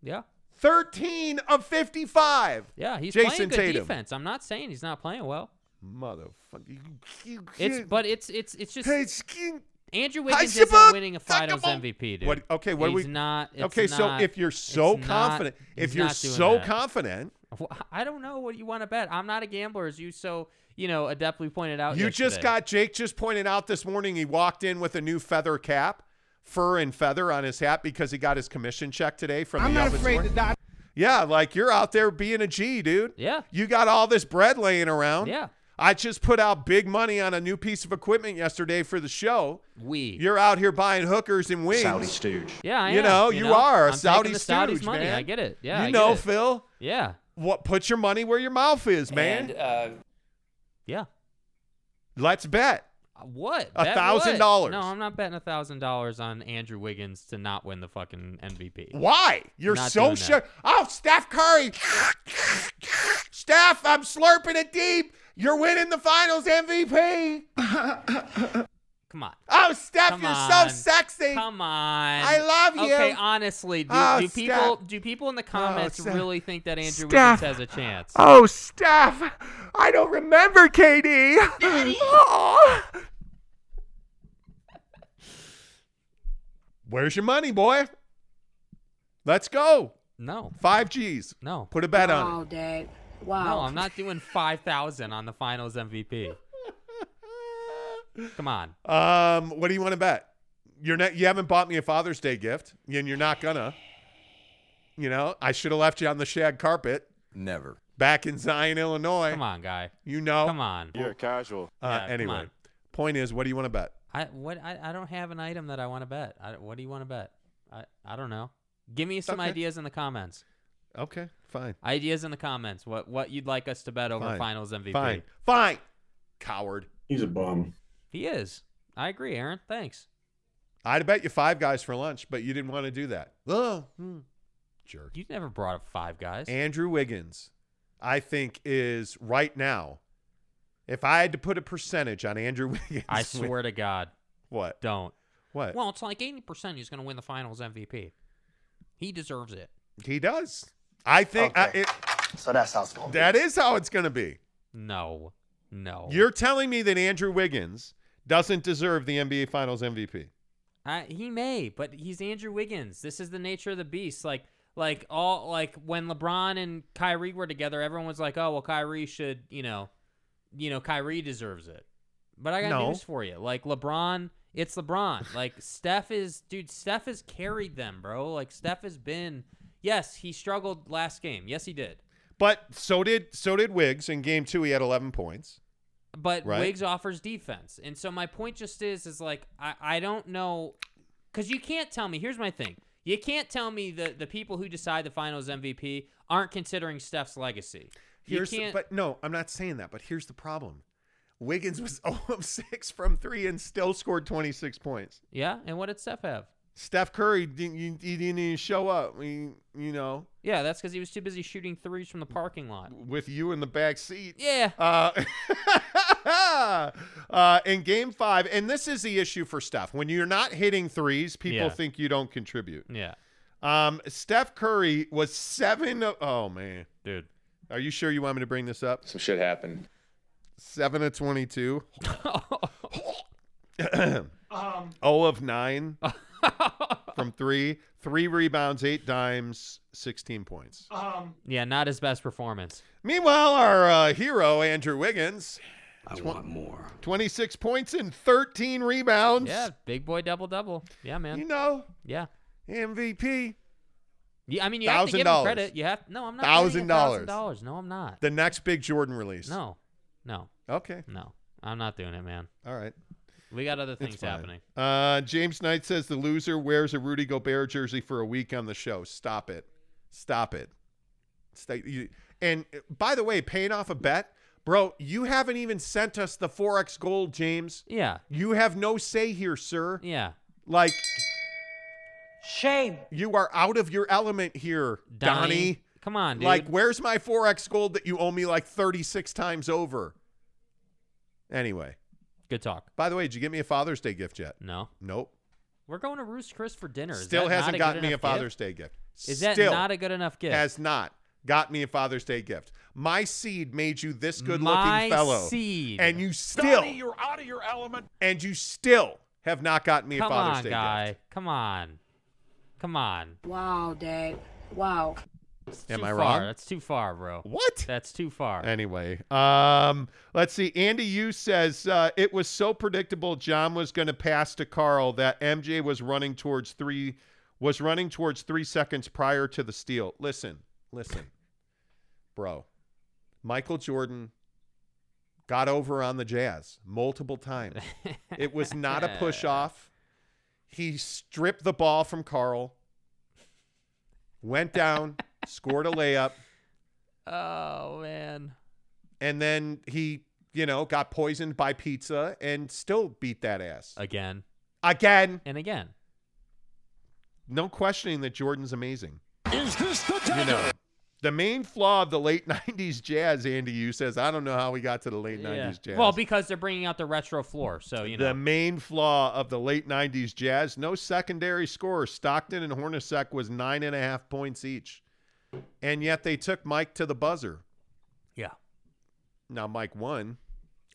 Speaker 4: Yeah.
Speaker 1: 13 of 55.
Speaker 4: Yeah. He's
Speaker 1: Jason
Speaker 4: playing good
Speaker 1: Tatum.
Speaker 4: defense. I'm not saying he's not playing well.
Speaker 1: Motherfucker. You, you
Speaker 4: It's
Speaker 1: can't-
Speaker 4: but it's it's it's just
Speaker 1: Hey, skin-
Speaker 4: Andrew Wiggins
Speaker 1: Hashibut
Speaker 4: isn't winning a Finals
Speaker 1: Takamo.
Speaker 4: MVP, dude.
Speaker 1: What- okay, what do
Speaker 4: he's
Speaker 1: we-
Speaker 4: not. it's
Speaker 1: okay, so
Speaker 4: not-
Speaker 1: if you're so
Speaker 4: it's not-
Speaker 1: confident, if
Speaker 4: he's
Speaker 1: you're
Speaker 4: not doing
Speaker 1: so
Speaker 4: that.
Speaker 1: confident,
Speaker 4: Well, I don't know what you want to bet. I'm not a gambler, as you so you know adeptly pointed out.
Speaker 1: you just
Speaker 4: yesterday.
Speaker 1: got Jake just pointed out this morning he walked in with a new feather cap, fur and feather on his hat because he got his commission check today from
Speaker 6: I'm
Speaker 1: the
Speaker 6: not
Speaker 1: Elvis
Speaker 6: afraid
Speaker 1: Warren.
Speaker 6: to die.
Speaker 1: Yeah, like you're out there being a G, dude.
Speaker 4: Yeah.
Speaker 1: You got all this bread laying around.
Speaker 4: Yeah.
Speaker 1: I just put out big money on a new piece of equipment yesterday for the show.
Speaker 4: we.
Speaker 1: You're out here buying hookers and wings.
Speaker 4: yeah, I
Speaker 1: you
Speaker 4: am,
Speaker 1: know, you are a
Speaker 4: I'm
Speaker 1: Saudi
Speaker 4: taking the Saudis'
Speaker 1: stooge,
Speaker 4: money.
Speaker 1: man.
Speaker 4: I get it. Yeah,
Speaker 1: you
Speaker 4: I get
Speaker 1: know,
Speaker 4: it.
Speaker 1: Phil,
Speaker 4: Yeah, uh,
Speaker 1: what put your money where your mouth is, man.
Speaker 4: yeah.
Speaker 1: Let's bet.
Speaker 4: Uh, What?
Speaker 1: A
Speaker 4: Bet
Speaker 1: thousand
Speaker 4: what?
Speaker 1: dollars.
Speaker 4: No, I'm not betting a thousand dollars on Andrew Wiggins to not win the fucking MVP.
Speaker 1: Why? You're
Speaker 4: Not
Speaker 1: so
Speaker 4: doing
Speaker 1: sure.
Speaker 4: that.
Speaker 1: Oh, Steph Curry. Steph, I'm slurping it deep. You're winning the finals MVP.
Speaker 4: Come on.
Speaker 1: Oh, Steph,
Speaker 4: Come
Speaker 1: you're
Speaker 4: on.
Speaker 1: so sexy.
Speaker 4: Come on.
Speaker 1: I love
Speaker 4: Okay,
Speaker 1: you. Ah,
Speaker 4: honestly, do,
Speaker 1: Oh,
Speaker 4: do people
Speaker 1: Steph.
Speaker 4: do people in the comments
Speaker 1: Steph.
Speaker 4: really think that Andrew
Speaker 1: Steph.
Speaker 4: Wiggins has a chance?
Speaker 1: Oh, Steph, I don't remember Oh. KD. Aw. Where's your money, boy? Let's go.
Speaker 4: No.
Speaker 1: Five G's.
Speaker 4: No.
Speaker 1: Put a bet on it.
Speaker 7: Wow, Dad. Wow.
Speaker 4: No, I'm not doing 5,000 on the finals MVP. Come on.
Speaker 1: Um, what do you want to bet? You're not. You haven't bought me a Father's Day gift, and you're not gonna. You know, I should have left you on the shag carpet
Speaker 8: Never.
Speaker 1: back in Zion, Illinois.
Speaker 4: Come on, guy.
Speaker 1: You know.
Speaker 4: Come on. Yeah,
Speaker 1: Uh,
Speaker 4: come
Speaker 1: anyway,
Speaker 4: on.
Speaker 1: point is, what do you want to bet?
Speaker 4: I what I, I don't have an item that I want to bet. I, what do you want to bet? I, I don't know. Give me some
Speaker 1: Okay.
Speaker 4: ideas in the comments.
Speaker 1: Okay, fine,
Speaker 4: Ideas in the comments. What what you'd like us to bet over
Speaker 1: Fine.
Speaker 4: finals MVP?
Speaker 1: fine, fine. Coward.
Speaker 5: He's a bum.
Speaker 4: He is. I agree, Aaron. Thanks.
Speaker 1: I'd bet you five guys for lunch, but you didn't want to do that. Oh, hmm. jerk.
Speaker 4: You never brought up five guys.
Speaker 1: Andrew Wiggins, I think, is right now. If I had to put a percentage on Andrew Wiggins,
Speaker 4: I swear to God,
Speaker 1: What?
Speaker 4: don't.
Speaker 1: What?
Speaker 4: Well, it's like eighty percent. He's going to win the finals MVP. He deserves it.
Speaker 1: he does. I think I, it,
Speaker 9: So that's how it's going.
Speaker 1: that is how it's going to be.
Speaker 4: No, no.
Speaker 1: You're telling me that Andrew Wiggins doesn't deserve the NBA Finals MVP.
Speaker 4: I, he may, but he's Andrew Wiggins. This is the nature of the beast. Like, like all like when LeBron and Kyrie were together, everyone was like, "Oh, well, Kyrie should, you know, you know, Kyrie deserves it." But I got
Speaker 1: No.
Speaker 4: news for you. Like LeBron, it's LeBron. like Steph is, dude. Steph has carried them, bro. Like Steph has been. Yes, he struggled last game. Yes, he did.
Speaker 1: But so did so did Wiggs in game 2 he had 11 points.
Speaker 4: but
Speaker 1: Right.
Speaker 4: Wiggs offers defense. And so my point just is is like I, I don't know cuz you can't tell me here's my thing. You can't tell me the the people who decide the finals MVP aren't considering Steph's legacy. You
Speaker 1: Here's
Speaker 4: can't
Speaker 1: but no, I'm not saying that, but here's the problem. Wiggins was 0 of 6 from 3 and still scored 26 points.
Speaker 4: Yeah, and what did Steph have?
Speaker 1: Steph Curry didn't you, he didn't even show up. He, you know,
Speaker 4: Yeah, that's cuz he was too busy shooting threes from the parking lot.
Speaker 1: with you in the back seat.
Speaker 4: Yeah.
Speaker 1: Uh, uh, in game five, and this is the issue for Steph. When you're not hitting threes, people
Speaker 4: Yeah.
Speaker 1: think you don't contribute.
Speaker 4: Yeah.
Speaker 1: Um, Steph Curry was seven. Of, oh man,
Speaker 4: Dude.
Speaker 1: are you sure you want me to bring this up?
Speaker 9: Some shit happened.
Speaker 1: Seven of twenty-two.
Speaker 4: Um,
Speaker 1: oh of nine from three. Three rebounds, eight dimes, sixteen points.
Speaker 4: Uh-huh. yeah, not his best performance.
Speaker 1: Meanwhile, our uh, hero Andrew Wiggins. I want more. Twenty-six points and thirteen rebounds.
Speaker 4: Yeah, big boy double double. Yeah,
Speaker 1: Um, You
Speaker 4: man.
Speaker 1: know,
Speaker 4: Yeah.
Speaker 1: MVP.
Speaker 4: Yeah, I mean you have to give him
Speaker 1: $1,000.
Speaker 4: credit. You have No, I'm not giving
Speaker 1: $1,000.
Speaker 4: him $1,000. No, I'm not.
Speaker 1: The next big Jordan release.
Speaker 4: No. No.
Speaker 1: Okay.
Speaker 4: No, I'm not doing it, man.
Speaker 1: All right.
Speaker 4: We got other things
Speaker 1: It's fine.
Speaker 4: happening.
Speaker 1: Uh, James Knight says the loser wears a Rudy Gobert jersey for a week on the show. Stop it. Stop it. Stay, you, and uh, by the way, paying off a bet, bro, you haven't even sent us the Forex gold, James.
Speaker 4: Yeah,
Speaker 1: You have no say here, sir.
Speaker 4: yeah.
Speaker 1: Like, shame. You are out of your element here, Donnie.
Speaker 4: come on, dude.
Speaker 1: Like, where's my Forex gold that you owe me like 36 times over? Anyway,
Speaker 4: Good talk.
Speaker 1: By the way, did you get me a Father's Day gift yet?
Speaker 4: No,
Speaker 1: Nope.
Speaker 4: we're going to Roost Chris for dinner. Is
Speaker 1: Still
Speaker 4: that not
Speaker 1: hasn't
Speaker 4: a good
Speaker 1: gotten me a
Speaker 4: enough
Speaker 1: Father's Day gift.
Speaker 4: Gift? Is that
Speaker 1: Still
Speaker 4: not a good enough gift?
Speaker 1: has not got me a Father's Day gift. My seed made you this
Speaker 4: My
Speaker 1: good-looking fellow,
Speaker 4: seed.
Speaker 1: and you still
Speaker 6: you're out of your element.
Speaker 1: and you still have not gotten me
Speaker 4: Come
Speaker 1: a Father's
Speaker 4: on,
Speaker 1: Day
Speaker 4: guy.
Speaker 1: gift.
Speaker 4: Come on. Come on.
Speaker 7: Wow, Dad. Wow.
Speaker 4: It's
Speaker 1: Am
Speaker 4: too
Speaker 1: I
Speaker 4: far.
Speaker 1: wrong?
Speaker 4: That's too far, bro.
Speaker 1: What?
Speaker 4: That's too far.
Speaker 1: Anyway, um, let's see. Andy Yu says uh, it was so predictable. John was going to pass to Carl that MJ was running towards three was running towards three seconds prior to the steal. Listen, listen, bro. Michael Jordan got over on the Jazz multiple times. it was not a push off. He stripped the ball from Carl, went down, scored a layup
Speaker 4: oh man.
Speaker 1: and then he you know got poisoned by pizza and still beat that ass
Speaker 4: Again
Speaker 1: again
Speaker 4: and again.
Speaker 1: no questioning that jordan's amazing
Speaker 6: Is this the dagger?
Speaker 1: you know the main flaw of the late 90s jazz andy you says i don't know how we got to the late 90s jazz
Speaker 4: Well, because they're bringing out the retro floor, so you know.
Speaker 1: the main flaw of the late 90s jazz no secondary scorer stockton and hornacek was nine and a half points each and yet they took mike to the buzzer
Speaker 4: yeah.
Speaker 1: now mike won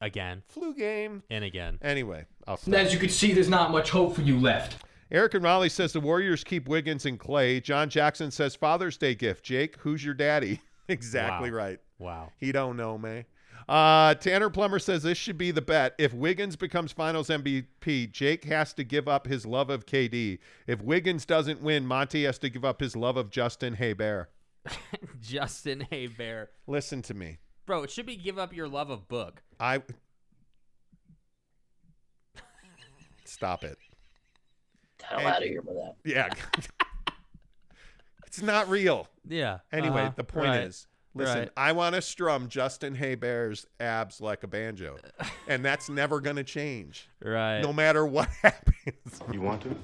Speaker 4: Again
Speaker 1: flu game
Speaker 4: and again.
Speaker 1: anyway i'll stop.
Speaker 8: As you can see, there's not much hope for you left.
Speaker 1: Eric and Raleigh says the Warriors keep Wiggins and Clay. John Jackson says Father's Day gift. Jake, who's your daddy? exactly
Speaker 4: Wow.
Speaker 1: right.
Speaker 4: Wow.
Speaker 1: He don't know, man. Uh, Tanner Plummer says this should be the bet. If Wiggins becomes Finals MVP, Jake has to give up his love of KD. If Wiggins doesn't win, Monty has to give up his love of Justin Hebert.
Speaker 4: Justin Haber.
Speaker 1: Listen to me.
Speaker 4: Bro, it should be give up your love of book.
Speaker 1: I stop it.
Speaker 7: I'm out of here with that.
Speaker 1: Yeah, it's not real.
Speaker 4: Yeah.
Speaker 1: Anyway,
Speaker 4: uh-huh,
Speaker 1: the point
Speaker 4: right.
Speaker 1: is, listen,
Speaker 4: Right.
Speaker 1: I want to strum Justin Haybear's abs like a banjo, and that's never going to change,
Speaker 4: Right.
Speaker 1: no matter what happens.
Speaker 9: You want to?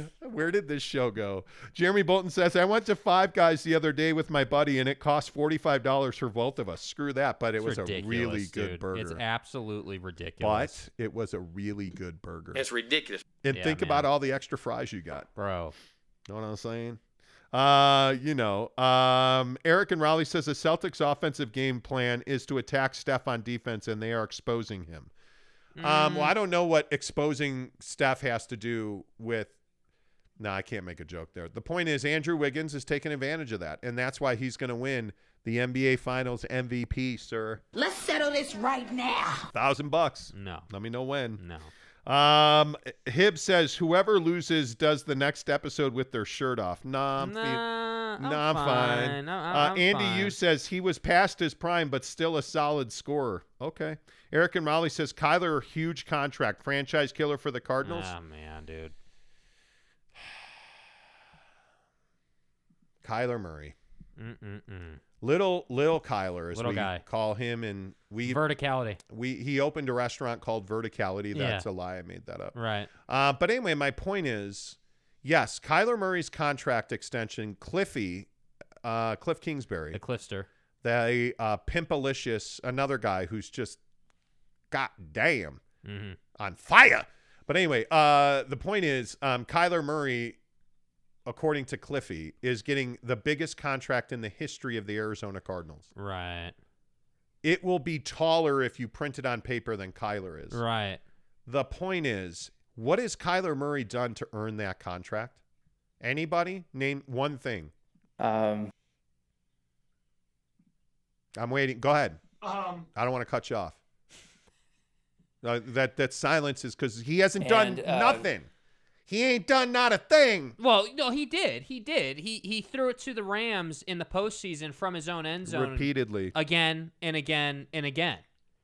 Speaker 1: Where did this show go? Jeremy Bolton says, I went to Five Guys the other day with my buddy, and it cost $45 for both of us. Screw that, but it
Speaker 4: It's
Speaker 1: was a
Speaker 4: ridiculous,
Speaker 1: really good
Speaker 4: dude.
Speaker 1: burger.
Speaker 4: It's absolutely
Speaker 1: but
Speaker 4: ridiculous.
Speaker 1: it was a really good burger.
Speaker 10: It's ridiculous.
Speaker 1: and
Speaker 4: Yeah,
Speaker 1: think
Speaker 4: man.
Speaker 1: about all the extra fries you got.
Speaker 4: bro.
Speaker 1: Know what I'm saying? Uh, you know, um, Eric and Raleigh says the Celtics' offensive game plan is to attack Steph on defense, and they are exposing him. Um, well, I don't know what exposing Steph has to do with. No, I can't make a joke there. The point is, Andrew Wiggins is taking advantage of that, and that's why he's going to win the NBA Finals MVP, sir.
Speaker 7: Let's settle this right now.
Speaker 1: Thousand bucks.
Speaker 4: No.
Speaker 1: Let me know when.
Speaker 4: No.
Speaker 1: Um, Hibb says whoever loses does the next episode with their shirt off. Nah, I'm, fe-
Speaker 4: Nah, I'm
Speaker 1: nah, I'm fine.
Speaker 4: fine. I'm-
Speaker 1: uh,
Speaker 4: I'm
Speaker 1: Andy Yu
Speaker 4: fine.
Speaker 1: says he was past his prime, but still a solid scorer. Okay. Eric and Raleigh says Kyler huge contract, franchise killer for the Cardinals.
Speaker 4: Oh man, dude.
Speaker 1: Kyler Murray,
Speaker 4: Mm-mm-mm.
Speaker 1: little little Kyler, as
Speaker 4: Little
Speaker 1: we
Speaker 4: guy.
Speaker 1: call him, and we
Speaker 4: Verticality.
Speaker 1: we he opened a restaurant called Verticality.
Speaker 4: Yeah.
Speaker 1: That's a lie. I made that up.
Speaker 4: Right.
Speaker 1: Uh, but anyway, my point is, yes, Kyler Murray's contract extension, Cliffy, uh, Cliff Kingsbury,
Speaker 4: The cliffster.
Speaker 1: the uh, pimpalicious, another guy who's just, goddamn,
Speaker 4: Mm-hmm.
Speaker 1: on fire. But anyway, uh, the point is, um, Kyler Murray, according to Cliffy, is getting the biggest contract in the history of the Arizona Cardinals.
Speaker 4: Right.
Speaker 1: It will be taller if you print it on paper than Kyler is.
Speaker 4: Right.
Speaker 1: The point is, what has Kyler Murray done to earn that contract? Anybody? Name one thing.
Speaker 9: Um,
Speaker 1: I'm waiting. Go ahead.
Speaker 6: Um,
Speaker 1: I don't want to cut you off. Uh, that that silence is because he hasn't
Speaker 9: And,
Speaker 1: done
Speaker 9: uh,
Speaker 1: nothing. He ain't done not a thing.
Speaker 4: Well, no, he did. He did. He he threw it to the Rams in the postseason from his own end zone
Speaker 1: Repeatedly.
Speaker 4: again and again and again.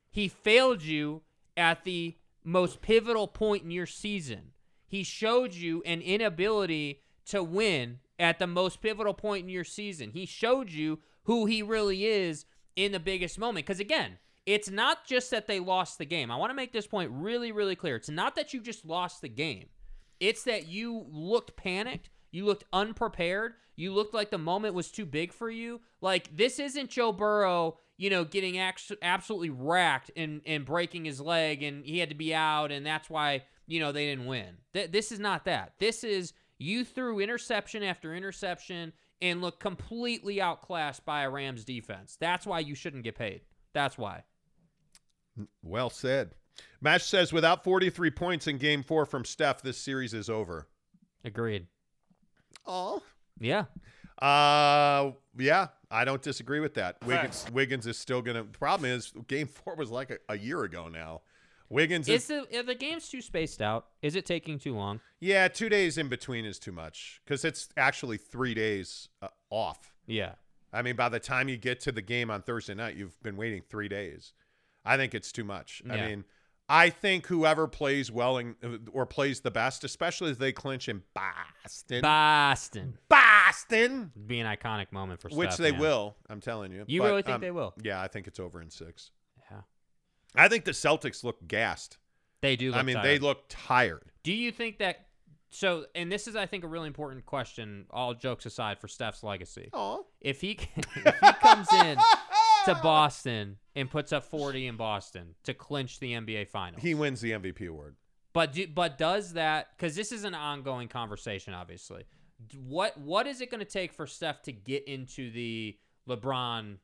Speaker 4: He failed you at the most pivotal point in your season. He showed you an inability to win at the most pivotal point in your season. He showed you who he really is in the biggest moment. Because again, it's not just that they lost the game. I want to make this point really, really clear. It's not that you just lost the game. It's that you looked panicked. You looked unprepared. You looked like the moment was too big for you. Like this isn't Joe Burrow, you know, getting act- absolutely racked and and breaking his leg and he had to be out and that's why, you know, they didn't win. Th- this is not that. This is you threw interception after interception and looked completely outclassed by a Rams defense. That's why you shouldn't get paid. That's why.
Speaker 1: Well said. Mash says without 43 points in game four from Steph, this series is over.
Speaker 4: Agreed.
Speaker 1: Oh.
Speaker 4: Yeah.
Speaker 1: Uh, yeah, I don't disagree with that. Wiggins,
Speaker 5: Facts.
Speaker 1: Wiggins is still gonna. Problem is, game four was like a, a year ago now. Wiggins
Speaker 4: Is
Speaker 1: is
Speaker 4: the are the games too spaced out? Is it taking too long?
Speaker 1: yeah, two days in between is too much because it's actually three days uh, off.
Speaker 4: Yeah.
Speaker 1: I mean, by the time you get to the game on Thursday night, you've been waiting three days. I think it's too much. I
Speaker 4: Yeah.
Speaker 1: mean, I think whoever plays well in, or plays the best, especially if they clinch in Boston,
Speaker 4: Boston.
Speaker 1: Boston,
Speaker 4: It'd be an iconic moment for
Speaker 1: which
Speaker 4: Steph,
Speaker 1: they
Speaker 4: man.
Speaker 1: will. I'm telling you.
Speaker 4: You
Speaker 1: But,
Speaker 4: really think
Speaker 1: um,
Speaker 4: they will?
Speaker 1: Yeah, I think it's over in six.
Speaker 4: Yeah.
Speaker 1: I think the Celtics look gassed.
Speaker 4: They do. Look
Speaker 1: I mean, they
Speaker 4: tired.
Speaker 1: look tired.
Speaker 4: Do you think that? So, and this is, I think, a really important question. All jokes aside, for Steph's legacy,
Speaker 1: Oh,
Speaker 4: if he can, if he comes in to Boston and puts up 40 in Boston to clinch the NBA Finals,
Speaker 1: he wins the MVP award.
Speaker 4: But do, but does that because this is an ongoing conversation, obviously. D- What what is it going to take for Steph to get into the LeBron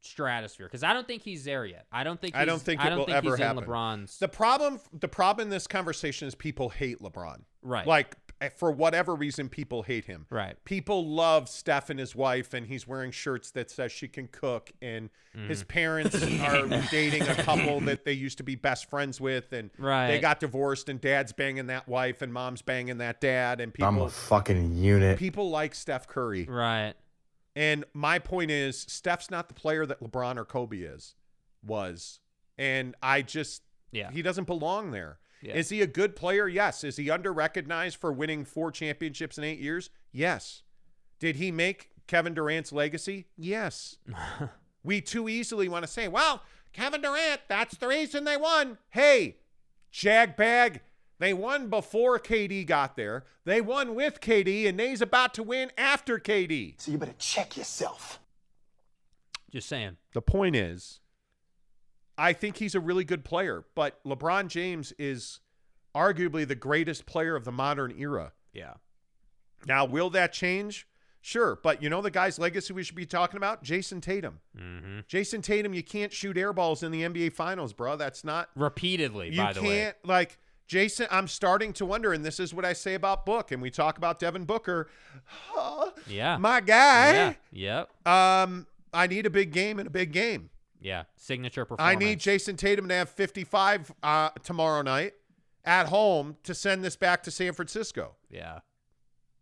Speaker 4: stratosphere? Because I don't think he's there yet. I don't think he's,
Speaker 1: I don't think
Speaker 4: I
Speaker 1: it
Speaker 4: don't
Speaker 1: will
Speaker 4: think
Speaker 1: ever
Speaker 4: he's
Speaker 1: happen.
Speaker 4: in LeBron's
Speaker 1: The problem, the problem in this conversation is people hate LeBron.
Speaker 4: right.
Speaker 1: Like eh, for whatever reason, people hate him.
Speaker 4: right.
Speaker 1: People love Steph and his wife, and he's wearing shirts that says she can cook, and his parents are dating a couple that they used to be best friends with, and they
Speaker 4: Right.
Speaker 1: got divorced, and dad's banging that wife, and mom's banging that dad, and people
Speaker 9: I'm a fucking unit.
Speaker 1: people like Steph Curry.
Speaker 4: Right.
Speaker 1: And my point is, Steph's not the player that LeBron or Kobe is, was, and I just
Speaker 4: Yeah.
Speaker 1: he doesn't belong there. Is
Speaker 4: Yeah.
Speaker 1: he a good player? Yes. Is he under recognized for winning four championships in eight years? Yes. Did he make Kevin Durant's legacy? Yes. we too easily want to say, well, Kevin Durant, that's the reason they won. Hey, Jagbag, they won before KD got there. They won with KD, and they's about to win after KD.
Speaker 5: So you better check yourself.
Speaker 4: Just saying.
Speaker 1: The point is, I think he's a really good player, but LeBron James is arguably the greatest player of the modern era.
Speaker 4: Yeah.
Speaker 1: Now, will that change? Sure, but you know the guy's legacy we should be talking about? Jason Tatum.
Speaker 4: Mm-hmm.
Speaker 1: Jason Tatum, you can't shoot air balls in the NBA Finals, bro. That's not.
Speaker 4: Repeatedly,
Speaker 1: You
Speaker 4: by the way.
Speaker 1: can't like Jason. I'm starting to wonder, and this is what I say about Book, and we talk about Devin Booker.
Speaker 4: Yeah.
Speaker 1: My guy.
Speaker 4: yeah. Yep.
Speaker 1: Um, I need a big game and a big game.
Speaker 4: Yeah. Signature
Speaker 1: I
Speaker 4: performance.
Speaker 1: need Jason Tatum to have 55 uh, tomorrow night at home to send this back to San Francisco.
Speaker 4: Yeah.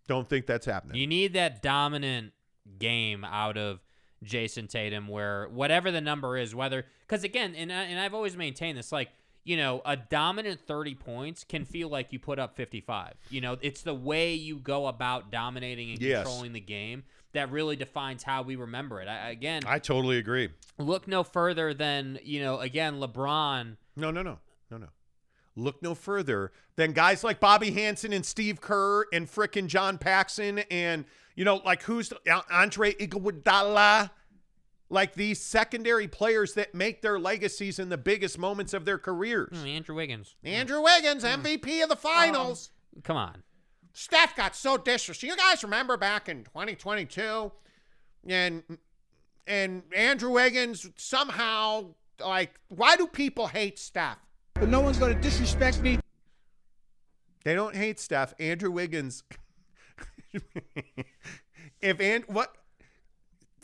Speaker 1: Don't think that's happening.
Speaker 4: You need that dominant game out of Jason Tatum, where whatever the number is, whether because again, and I, and I've always maintained this, like you know, a dominant thirty points can feel like you put up fifty five. You know, it's the way you go about dominating and
Speaker 1: Yes.
Speaker 4: controlling the game that really defines how we remember it. I, again,
Speaker 1: I totally agree.
Speaker 4: look no further than you know, again, LeBron.
Speaker 1: No, no, no, no, no. Look no further than guys like Bobby Hansen and Steve Kerr and frickin' John Paxson and you know like who's the- Andre Iguodala, like these secondary players that make their legacies in the biggest moments of their careers.
Speaker 4: mm, Andrew Wiggins.
Speaker 1: Andrew Wiggins, MVP of the finals.
Speaker 4: Come on.
Speaker 1: Steph got so disrespectful. You guys remember back in 2022, and and Andrew Wiggins somehow like why do people hate Steph?
Speaker 6: But no one's going to disrespect me.
Speaker 1: They don't hate Steph. Andrew Wiggins. if and what.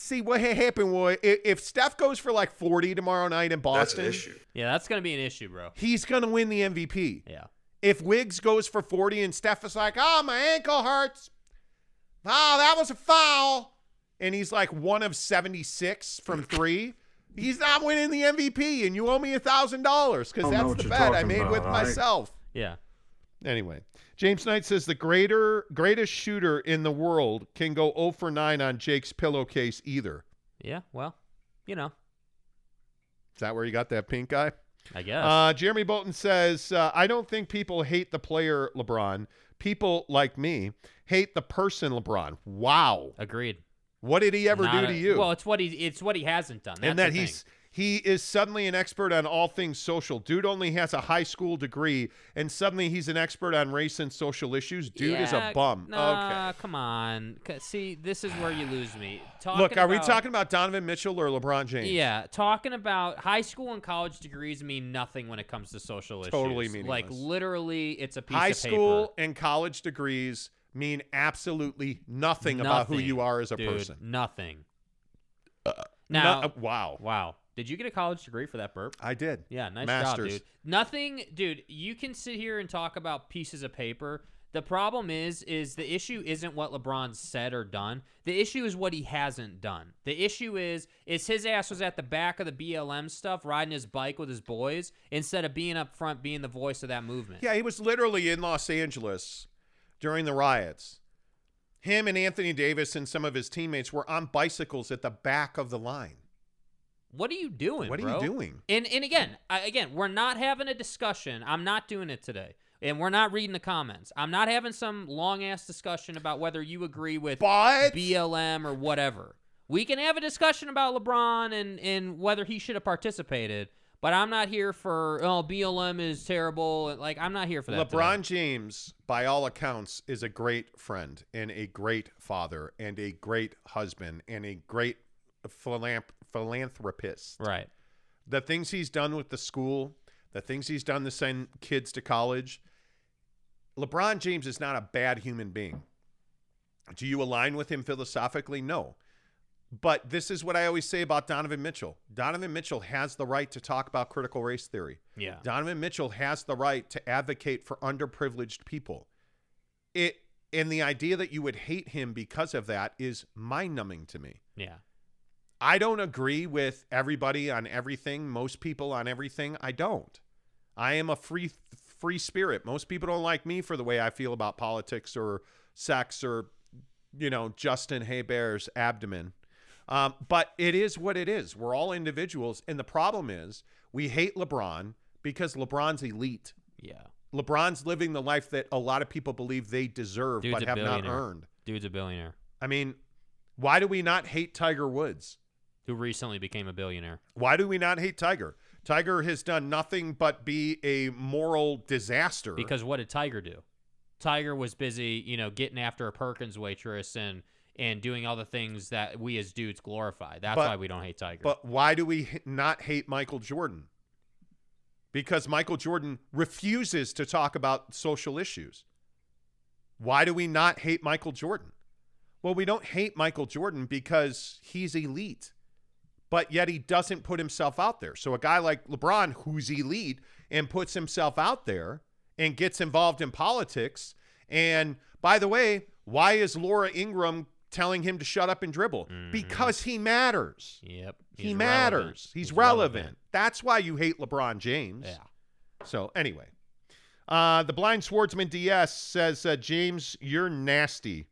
Speaker 1: See what ha- happened was i- if Steph goes for like 40 tomorrow night in Boston,
Speaker 4: Yeah, that's gonna be an issue, bro.
Speaker 1: he's going to win the MVP.
Speaker 4: Yeah.
Speaker 1: if Wiggs goes for 40 and Steph is like, oh, my ankle hurts. Oh, that was a foul. And he's like one of 76 from three. He's not winning the MVP, and you owe me a $1,000 because that's the bet I made with myself.
Speaker 4: Yeah.
Speaker 1: Anyway, James Knight says the greater greatest shooter in the world can go 0 for 9 on Jake's pillowcase either.
Speaker 4: Yeah. Well, you know,
Speaker 1: Is that where you got that pink eye?
Speaker 4: I guess.
Speaker 1: Uh, Jeremy Bolton says, uh, I don't think people hate the player LeBron. people like me hate the person LeBron. Wow.
Speaker 4: Agreed.
Speaker 1: What did he ever
Speaker 4: Not
Speaker 1: do
Speaker 4: a-
Speaker 1: to you?
Speaker 4: Well, it's what he it's what he hasn't done. That's
Speaker 1: and that
Speaker 4: the
Speaker 1: he's he is suddenly an expert on all things social. Dude only has a high school degree, and suddenly he's an expert on race and social issues.
Speaker 4: thing.
Speaker 1: Dude is
Speaker 4: Yeah,
Speaker 1: a bum.
Speaker 4: Nah,
Speaker 1: okay.
Speaker 4: come on. 'Cause See, this is where you lose me. Talking
Speaker 1: Look, are we
Speaker 4: about-
Speaker 1: talking about Donovan Mitchell or LeBron James?
Speaker 4: Yeah, talking about high school and college degrees mean nothing when it comes to social issues.
Speaker 1: Totally
Speaker 4: Like
Speaker 1: meaningless.
Speaker 4: literally, it's a piece
Speaker 1: High
Speaker 4: of
Speaker 1: school
Speaker 4: paper.
Speaker 1: and college degrees mean absolutely nothing, about who
Speaker 4: Nothing,
Speaker 1: you are as a
Speaker 4: dude,
Speaker 1: person.
Speaker 4: Nothing.
Speaker 1: No-
Speaker 4: now,
Speaker 1: uh, wow.
Speaker 4: wow, did you get a college degree for that burp?
Speaker 1: I did.
Speaker 4: Yeah, nice
Speaker 1: Masters.
Speaker 4: job, dude. Nothing, dude. You can sit here and talk about pieces of paper. The problem is, is the issue isn't what LeBron said or done. The issue is what he hasn't done. The issue is, is his ass was at the back of the BLM stuff, riding his bike with his boys, instead of being up front, being the voice of that movement.
Speaker 1: Yeah, he was literally in Los Angeles during the riots. Him and Anthony Davis and some of his teammates were on bicycles at the back of the line.
Speaker 4: What are you doing?
Speaker 1: What are you
Speaker 4: bro?
Speaker 1: doing?
Speaker 4: And and again, I, again, we're not having a discussion. I'm not doing it today. And we're not reading the comments. I'm not having some long ass discussion about whether you agree with
Speaker 1: But-
Speaker 4: BLM or whatever. We can have a discussion about LeBron and, and whether he should have participated, but I'm not here for oh BLM is terrible. Like I'm not here for that.
Speaker 1: LeBron
Speaker 4: today.
Speaker 1: James, by all accounts, is a great friend and a great father and a great husband and a great philan- philanthropist.
Speaker 4: Right.
Speaker 1: The things he's done with the school, the things he's done to send kids to college. LeBron James is not a bad human being. Do you align with him philosophically? No. But this is what I always say about Donovan Mitchell. Donovan Mitchell has the right to talk about critical race theory.
Speaker 4: Yeah.
Speaker 1: Donovan Mitchell has the right to advocate for underprivileged people. It and the idea that you would hate him because of that is mind-numbing to me.
Speaker 4: Yeah.
Speaker 1: I don't agree with everybody on everything, most people on everything. I don't. I am a free free spirit. Most people don't like me for the way I feel about politics or sex or you know, Justin Haybear's abdomen. Um, but it is what it is. We're all individuals and the problem is we hate LeBron because LeBron's elite.
Speaker 4: Yeah.
Speaker 1: LeBron's living the life that a lot of people believe they deserve
Speaker 4: Dude's
Speaker 1: but
Speaker 4: a
Speaker 1: have not
Speaker 4: billionaire.
Speaker 1: earned.
Speaker 4: Dude's a billionaire
Speaker 1: I mean, why do we not hate Tiger Woods?
Speaker 4: who recently became a billionaire.
Speaker 1: Why do we not hate Tiger? Tiger has done nothing but be a moral disaster.
Speaker 4: Because what did Tiger do? Tiger was busy, you know, getting after a Perkins waitress and and doing all the things that we as dudes glorify. That's
Speaker 1: But-
Speaker 4: why we don't hate Tiger.
Speaker 1: but why do we h- not hate Michael Jordan? Because Michael Jordan refuses to talk about social issues. Why do we not hate Michael Jordan? Well, we don't hate Michael Jordan because he's elite, but yet he doesn't put himself out there. So a guy like LeBron, who's elite and puts himself out there and gets involved in politics. And by the way, why is Laura Ingram telling him to shut up and dribble? Because he matters.
Speaker 4: yep,
Speaker 1: He
Speaker 4: he's
Speaker 1: matters.
Speaker 4: relevant.
Speaker 1: He's, relevant. That's why you hate LeBron James.
Speaker 4: Yeah.
Speaker 1: So anyway, uh, the blind swordsman DS says, uh, James, you're nasty.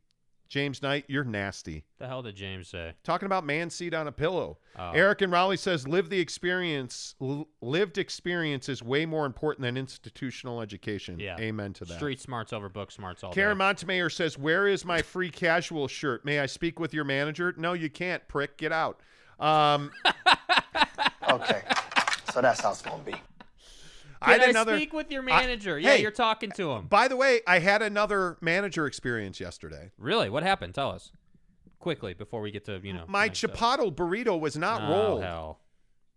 Speaker 1: James Knight, you're nasty.
Speaker 4: The hell did James say?
Speaker 1: Talking about man seat on a pillow.
Speaker 4: Oh.
Speaker 1: Eric and Raleigh says, live the experience. L- lived experience is way more important than institutional education.
Speaker 4: Yeah.
Speaker 1: Amen to that.
Speaker 4: Street smarts over book smarts all
Speaker 1: Karen
Speaker 4: day.
Speaker 1: Montemayor says, "Where is my free casual shirt? May I speak with your manager? No, you can't, prick. Get out." Um,
Speaker 9: Okay. So that's how it's gonna be.
Speaker 1: I had
Speaker 4: Did I
Speaker 1: another.
Speaker 4: speak with your
Speaker 1: I-
Speaker 4: manager? yeah,
Speaker 1: hey,
Speaker 4: you're talking to him.
Speaker 1: By the way, I had another manager experience yesterday.
Speaker 4: really? What happened? Tell us quickly before we get to you know
Speaker 1: My
Speaker 4: next stuff.
Speaker 1: Chipotle burrito was not
Speaker 4: Oh,
Speaker 1: rolled.
Speaker 4: hell.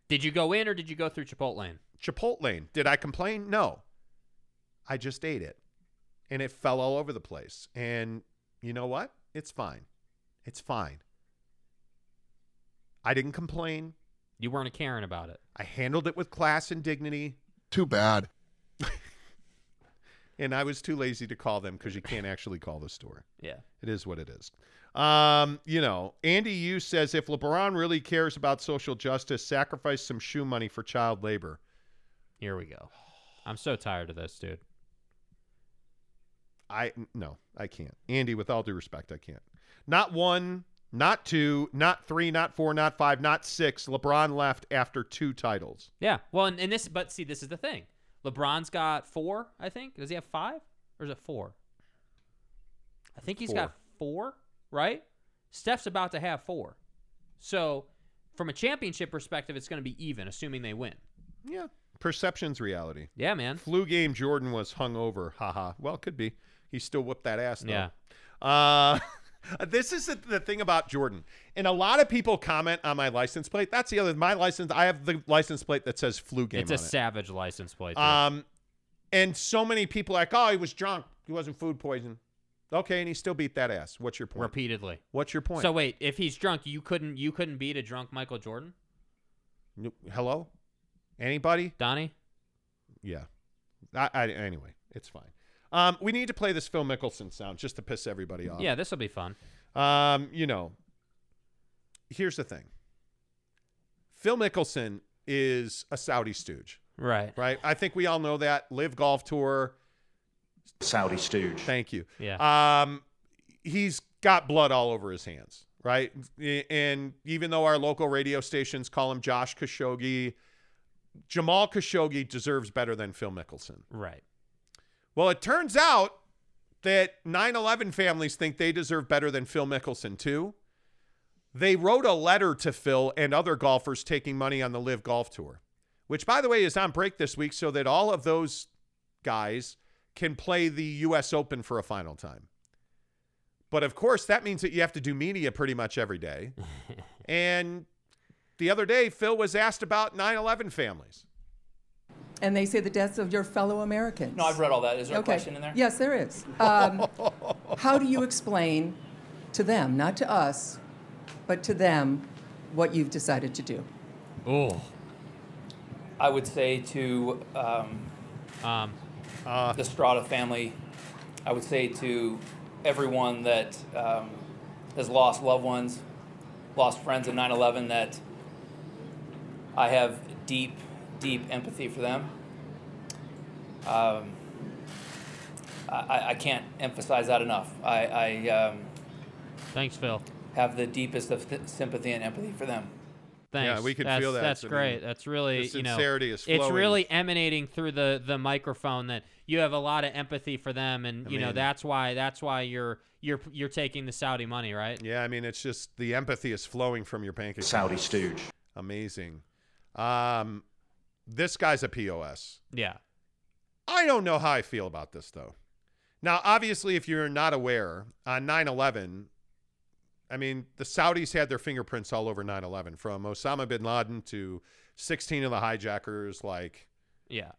Speaker 4: Did you go in or did you go through Chipotle?
Speaker 1: Chipotle. Did I complain? No. I just ate it. And it fell all over the place. And you know what? It's fine. It's fine. I didn't complain.
Speaker 4: You weren't a Karen about it.
Speaker 1: I handled it with class and dignity.
Speaker 10: Too bad.
Speaker 1: And I was too lazy to call them because you can't actually call the store.
Speaker 4: Yeah.
Speaker 1: It is what it is. Um, you know, Andy Yu says if LeBron really cares about social justice, sacrifice some shoe money for child labor.
Speaker 4: Here we go. I'm so tired of this, dude.
Speaker 1: I no, I can't. Andy, with all due respect, I can't. Not one, not two, not three, not four, not five, not six. LeBron left after two titles.
Speaker 4: Yeah. Well, and, and this, but see, this is the thing. LeBron's got four, I think. Does he have five, or is it four? I think he's got four, right? Steph's about to have four. So, from a championship perspective, it's going to be even, assuming they win.
Speaker 1: Yeah. Perception's reality.
Speaker 4: Yeah, man.
Speaker 1: Flu game Jordan was hungover. Haha. Well, could be. He still whipped that ass though.
Speaker 4: Yeah.
Speaker 1: Uh, this is the, the thing about Jordan. And a lot of people comment on my license plate. That's the other my license. I have the license plate that says flu game
Speaker 4: It's
Speaker 1: on
Speaker 4: a
Speaker 1: it.
Speaker 4: savage license plate. dude.
Speaker 1: Um, and so many people are like, oh, he was drunk. He wasn't food poisoned. Okay, and he still beat that ass. What's your point?
Speaker 4: repeatedly.
Speaker 1: What's your point?
Speaker 4: So wait, if he's drunk, you couldn't you couldn't beat a drunk Michael Jordan,
Speaker 1: N- hello, anybody?
Speaker 4: Donnie?
Speaker 1: Yeah. I, I, anyway, it's fine. Um, we need to play this Phil Mickelson sound just to piss everybody off.
Speaker 4: Yeah, this will be fun.
Speaker 1: Um, you know, here's the thing. Phil Mickelson is a Saudi stooge,
Speaker 4: Right.
Speaker 1: right? I think we all know that. Live Golf Tour.
Speaker 10: Saudi stooge.
Speaker 1: Thank you.
Speaker 4: Yeah.
Speaker 1: Um, he's got blood all over his hands, right? And even though our local radio stations call him Josh Khashoggi, Jamal Khashoggi deserves better than Phil Mickelson.
Speaker 4: Right.
Speaker 1: Well, it turns out that 9 11 families think they deserve better than Phil Mickelson, too. They wrote a letter to Phil and other golfers taking money on the Live Golf Tour, which, by the way, is on break this week so that all of those guys can play the U.S. Open for a final time. But of course, that means that you have to do media pretty much every day. and the other day, Phil was asked about 9 11 families.
Speaker 11: And they say the deaths of your fellow Americans.
Speaker 12: No, I've read all that. Is there a question in there?
Speaker 11: Yes, there is. Um, how do you explain to them, not to us, but to them, what you've decided to do?
Speaker 4: Oh.
Speaker 12: I would say to um,
Speaker 4: Um.
Speaker 12: the Strada family, I would say to everyone that um, has lost loved ones, lost friends in 9 11, that I have deep, deep empathy for them. Um, I- I, I can't emphasize that enough. I, I um,
Speaker 4: Thanks, Phil.
Speaker 12: have the deepest of th- sympathy and empathy for them.
Speaker 4: Thanks.
Speaker 1: Yeah, we can
Speaker 4: that's,
Speaker 1: feel that.
Speaker 4: That's
Speaker 1: I mean,
Speaker 4: great. that's really
Speaker 1: the
Speaker 4: you know
Speaker 1: sincerity is
Speaker 4: It's
Speaker 1: flowing.
Speaker 4: really emanating through the the microphone that you have a lot of empathy for them, and you know
Speaker 1: mean-
Speaker 4: that's why that's why you're you're you're taking the Saudi money, right?
Speaker 1: Yeah, I mean, it's just the empathy is flowing from your bank account.
Speaker 10: Saudi stooge.
Speaker 1: Amazing. Um, this guy's a POS.
Speaker 4: Yeah.
Speaker 1: I don't know how I feel about this, though. Now, obviously, if you're not aware, on 9 11, I mean, the Saudis had their fingerprints all over 9 11, from Osama bin Laden to 16 of the hijackers. Like,
Speaker 4: Yeah.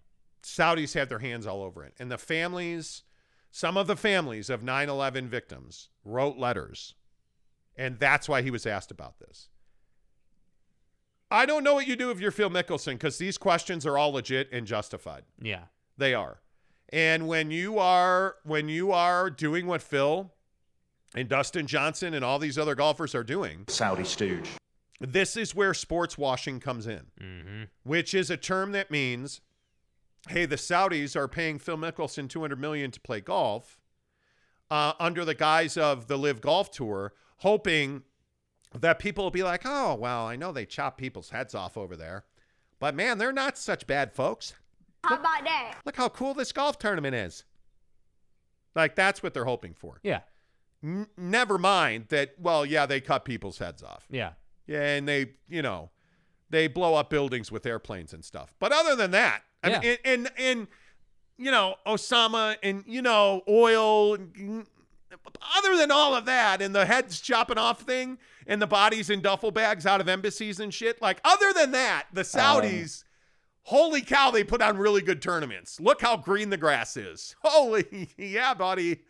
Speaker 1: Saudis had their hands all over it. And the families, some of the families of 9 11 victims wrote letters. And that's why he was asked about this. I don't know what you do if you're Phil Mickelson because these questions are all legit and justified.
Speaker 4: Yeah.
Speaker 1: They are. And when you are when you are doing what Phil and Dustin Johnson and all these other golfers are doing,
Speaker 10: Saudi stooge.
Speaker 1: this is where sports washing comes in,
Speaker 4: Mm-hmm.
Speaker 1: which is a term that means, hey, the Saudis are paying Phil Mickelson 200 million to play golf uh, under the guise of the Live Golf Tour, hoping that people will be like, oh, well, I know they chop people's heads off over there, but man, they're not such bad folks.
Speaker 7: How about that?
Speaker 1: look how cool this golf tournament is. Like that's what they're hoping for.
Speaker 4: Yeah.
Speaker 1: N- never mind that. Well, yeah, they cut people's heads off.
Speaker 4: Yeah.
Speaker 1: Yeah, and they, you know, they blow up buildings with airplanes and stuff. But other than that, I mean,
Speaker 4: Yeah.
Speaker 1: and, and and you know, Osama and you know, oil. and- Other than all of that, and the heads chopping off thing, and the bodies in duffel bags out of embassies and shit. Like other than that, the Saudis. Holy cow, they put on really good tournaments. Look how green the grass is. Holy, yeah, buddy.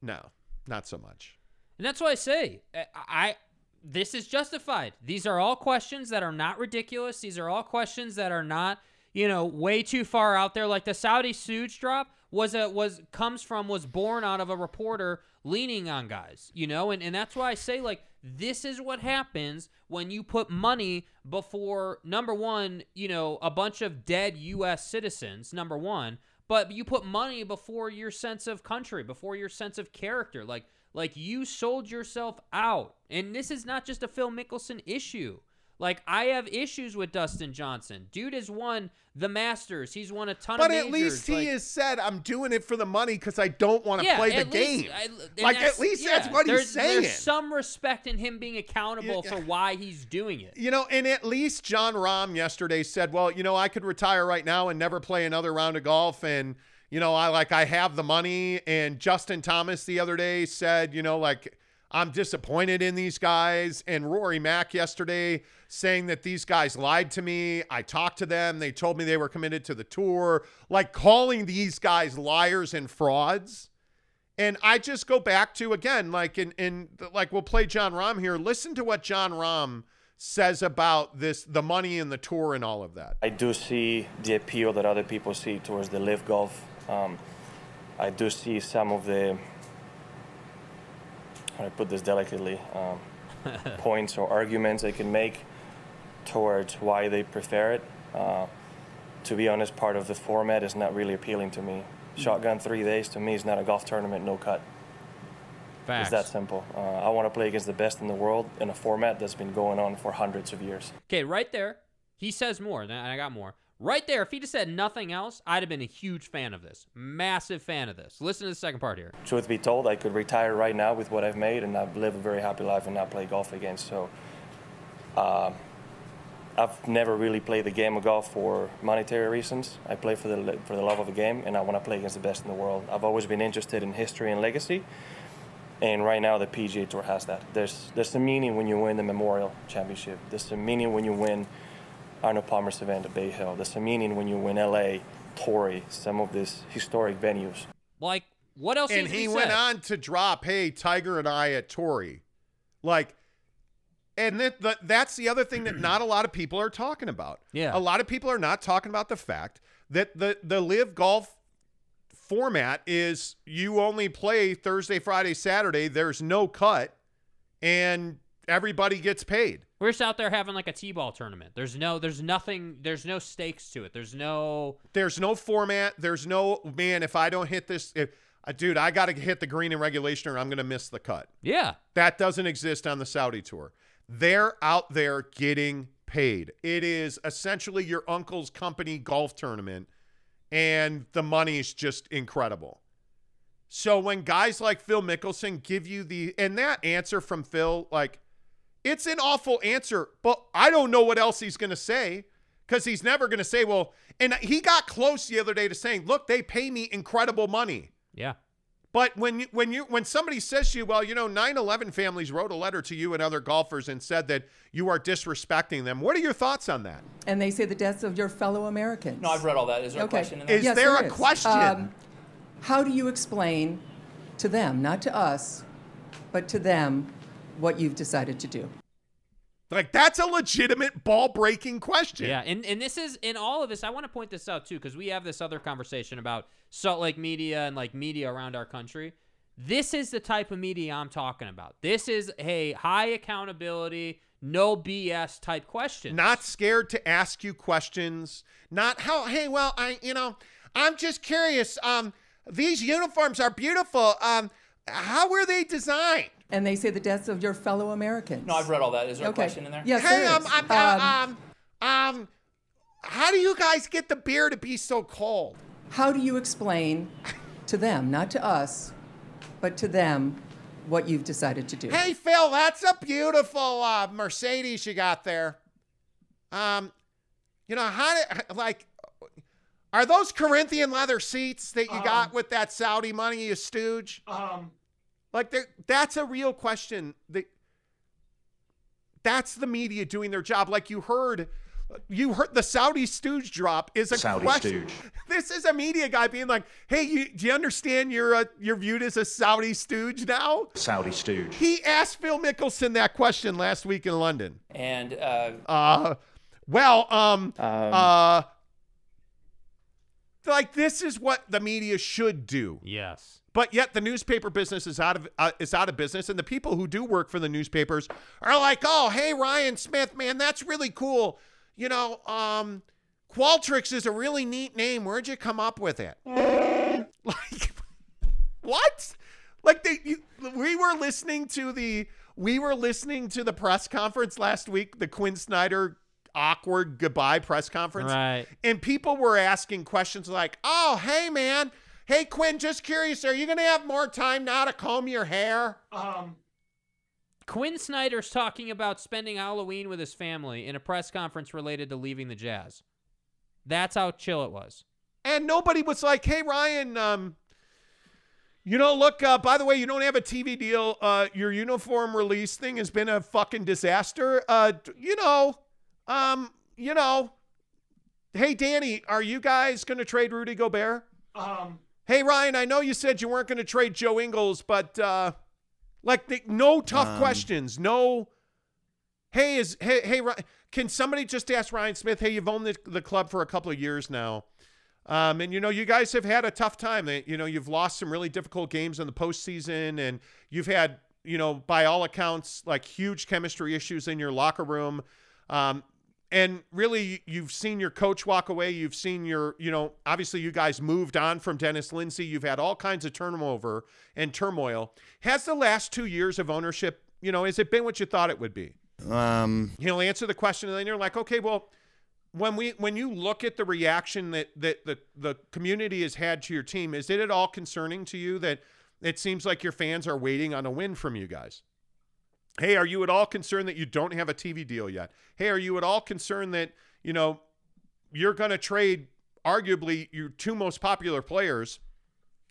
Speaker 1: No, not so much.
Speaker 4: And that's why I say uh, I, I this is justified. These are all questions that are not ridiculous. These are all questions that are not, you know, way too far out there. Like the Saudi Suge drop was a was comes from was born out of a reporter leaning on guys, you know, and, and that's why I say like this is what happens when you put money before number one, you know, a bunch of dead US citizens, number one, but you put money before your sense of country, before your sense of character. Like like you sold yourself out. And this is not just a Phil Mickelson issue. Like I have issues with Dustin Johnson. Dude has won the Masters. He's won a ton
Speaker 1: But
Speaker 4: of
Speaker 1: at
Speaker 4: majors.
Speaker 1: least he
Speaker 4: Like,
Speaker 1: has said, "I'm doing it for the money because I don't want to
Speaker 4: yeah,
Speaker 1: play the
Speaker 4: at least-
Speaker 1: game."
Speaker 4: I- and
Speaker 1: like at least that's
Speaker 4: yeah,
Speaker 1: what he's
Speaker 4: there's-
Speaker 1: saying.
Speaker 4: There's some respect in him being accountable
Speaker 1: Yeah.
Speaker 4: for why he's doing it.
Speaker 1: You know, and at least John Rahm yesterday said, "Well, you know, I could retire right now and never play another round of golf and you know, I like I have the money." And Justin Thomas the other day said, "You know, like I'm disappointed in these guys." And Rory Mack yesterday saying that these guys lied to me. I talked to them. They told me they were committed to the tour. Like calling these guys liars and frauds. And I just go back to again, like in in like we'll play John Rahm here. Listen to what John Rahm says about this, the money and the tour and all of that.
Speaker 13: I do see the appeal that other people see towards the live golf. Um, I do see some of the, how do I put this delicately, um, points or arguments they can make towards why they prefer it. Uh, to be honest, part of the format is not really appealing to me. Shotgun three days to me is not a golf tournament, no cut.
Speaker 4: Facts.
Speaker 13: It's that simple. Uh, I want to play against the best in the world in a format that's been going on for hundreds of years.
Speaker 4: Okay, right there. He says more, and I got more. Right there, if he'd have said nothing else, I'd have been a huge fan of this. Massive fan of this. Listen to the second part here.
Speaker 13: truth be told, I could retire right now with what I've made, and I've lived a very happy life and not play golf again. So, uh, I've never really played the game of golf for monetary reasons. I play for the for the love of the game, and I want to play against the best in the world. I've always been interested in history and legacy, and right now the PGA Tour has that. There's there's some meaning when you win the Memorial Championship. There's some meaning when you win Arnold Palmer's event at Bay Hill. There's some meaning when you win LA, Torrey, some of these historic venues.
Speaker 4: Like, what else?
Speaker 1: And
Speaker 4: needs to be
Speaker 1: he went
Speaker 4: said?
Speaker 1: on to drop, "Hey, Tiger and I at Tory," like, and that that- that's the other thing that not a lot of people are talking about.
Speaker 4: Yeah.
Speaker 1: a lot of people are not talking about the fact that the the live golf format is you only play Thursday, Friday, Saturday. There's no cut, and everybody gets paid.
Speaker 4: We're just out there having like a t-ball tournament. There's no, there's nothing, there's no stakes to it. There's no,
Speaker 1: There's no format. There's no man. If I don't hit this, if, uh, dude, I got to hit the green in regulation, or I'm going to miss the cut.
Speaker 4: yeah,
Speaker 1: That doesn't exist on the Saudi tour. They're out there getting paid. It is essentially your uncle's company golf tournament, and the money is just incredible. So when guys like Phil Mickelson give you the and that answer from Phil, like it's an awful answer, but I don't know what else he's going to say because he's never going to say, well, and he got close the other day to saying, look, they pay me incredible money.
Speaker 4: yeah.
Speaker 1: But when you, when you when somebody says to you, well, you know, 9/11 families wrote a letter to you and other golfers and said that you are disrespecting them. What are your thoughts on that?
Speaker 11: And they say the deaths of your fellow Americans.
Speaker 12: No, I've read all that. Is there a question in there?
Speaker 1: Is there a question?
Speaker 11: Um, how do you explain to them, not to us, but to them, what you've decided to do?
Speaker 1: Like that's a legitimate ball-breaking question.
Speaker 4: Yeah, and and this is in all of this. I want to point this out too because we have this other conversation about Salt Lake media and like media around our country. This is the type of media I'm talking about. This is a high accountability, no BS type question.
Speaker 1: Not scared to ask you questions. Not how hey, well, I you know, I'm just curious. Um these uniforms are beautiful. Um how were they designed?
Speaker 11: And they say the deaths of your fellow Americans.
Speaker 12: No, I've read all that. Is there
Speaker 11: Okay.
Speaker 12: a question in there?
Speaker 11: Yes,
Speaker 1: hey,
Speaker 11: there
Speaker 1: um,
Speaker 11: is.
Speaker 1: I'm, um, um, um, how do you guys get the beer to be so cold?
Speaker 11: How do you explain to them, not to us, but to them, what you've decided to do?
Speaker 1: Hey, Phil, that's a beautiful uh, Mercedes you got there. Um, you know how did like are those Corinthian leather seats that you got with that Saudi money, you stooge?
Speaker 8: Um,
Speaker 1: Like there, that's a real question. That that's the media doing their job. Like you heard, you heard the Saudi stooge drop is a
Speaker 10: Saudi
Speaker 1: question.
Speaker 10: stooge.
Speaker 1: This is a media guy being like, "Hey, you, do you understand you're uh you're viewed as a Saudi stooge now?"
Speaker 10: Saudi stooge.
Speaker 1: He asked Phil Mickelson that question last week in London.
Speaker 12: And uh,
Speaker 1: Uh, well, um, uh, like this is what the media should do.
Speaker 4: Yes.
Speaker 1: But yet the newspaper business is out of uh, is out of business, and the people who do work for the newspapers are like, "Oh, hey Ryan Smith, man, that's really cool. You know, um, Qualtrics is a really neat name. Where'd you come up with it? like, what? Like they, you, we were listening to the we were listening to the press conference last week, the Quinn Snyder awkward goodbye press conference.
Speaker 4: Right.
Speaker 1: And people were asking questions like, oh, hey, man. Hey, Quinn, just curious, are you going to have more time now to comb your hair?
Speaker 4: Um, Quinn Snyder's talking about spending Halloween with his family in a press conference related to leaving the Jazz. That's how chill it was.
Speaker 1: And nobody was like, hey, Ryan, um, you know, look, uh, by the way, you don't have a TV deal. Uh, your uniform release thing has been a fucking disaster. Uh, you know, um, you know, hey, Danny, are you guys going to trade Rudy Gobert?
Speaker 14: Um,
Speaker 1: Hey, Ryan, I know you said you weren't going to trade Joe Ingles, but uh, like the, no tough
Speaker 15: Um,
Speaker 1: questions. No, hey, is hey, hey, Ry- can somebody just ask Ryan Smith? Hey, you've owned the, the club for a couple of years now. Um, and you know, you guys have had a tough time. They- You know, you've lost some really difficult games in the postseason, and you've had, you know, by all accounts, like huge chemistry issues in your locker room. Um, and really, you've seen your coach walk away. You've seen your, you know, obviously you guys moved on from Dennis Lindsay. You've had all kinds of turnover and turmoil. Has the last two years of ownership, you know, has it been what you thought it would be?
Speaker 15: Um,
Speaker 1: he'll answer the question and then you're like okay well when we when you look at the reaction that that the the community has had to your team is it at all concerning to you that it seems like your fans are waiting on a win from you guys hey are you at all concerned that you don't have a tv deal yet hey are you at all concerned that you know you're going to trade arguably your two most popular players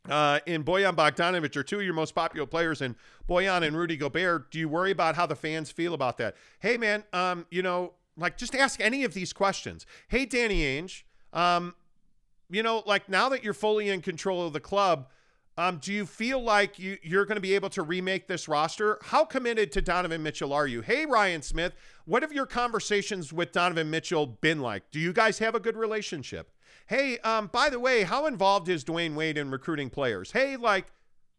Speaker 1: uh, in Boyan Bogdanovich are two of your most popular players, and Boyan and Rudy Gobert. Do you worry about how the fans feel about that? Hey, man, um, you know, like just ask any of these questions. Hey, Danny Ainge, um, you know, like now that you're fully in control of the club, um, do you feel like you, you're going to be able to remake this roster? How committed to Donovan Mitchell are you? Hey, Ryan Smith, what have your conversations with Donovan Mitchell been like? Do you guys have a good relationship? Hey, um, by the way, how involved is Dwayne Wade in recruiting players? Hey, like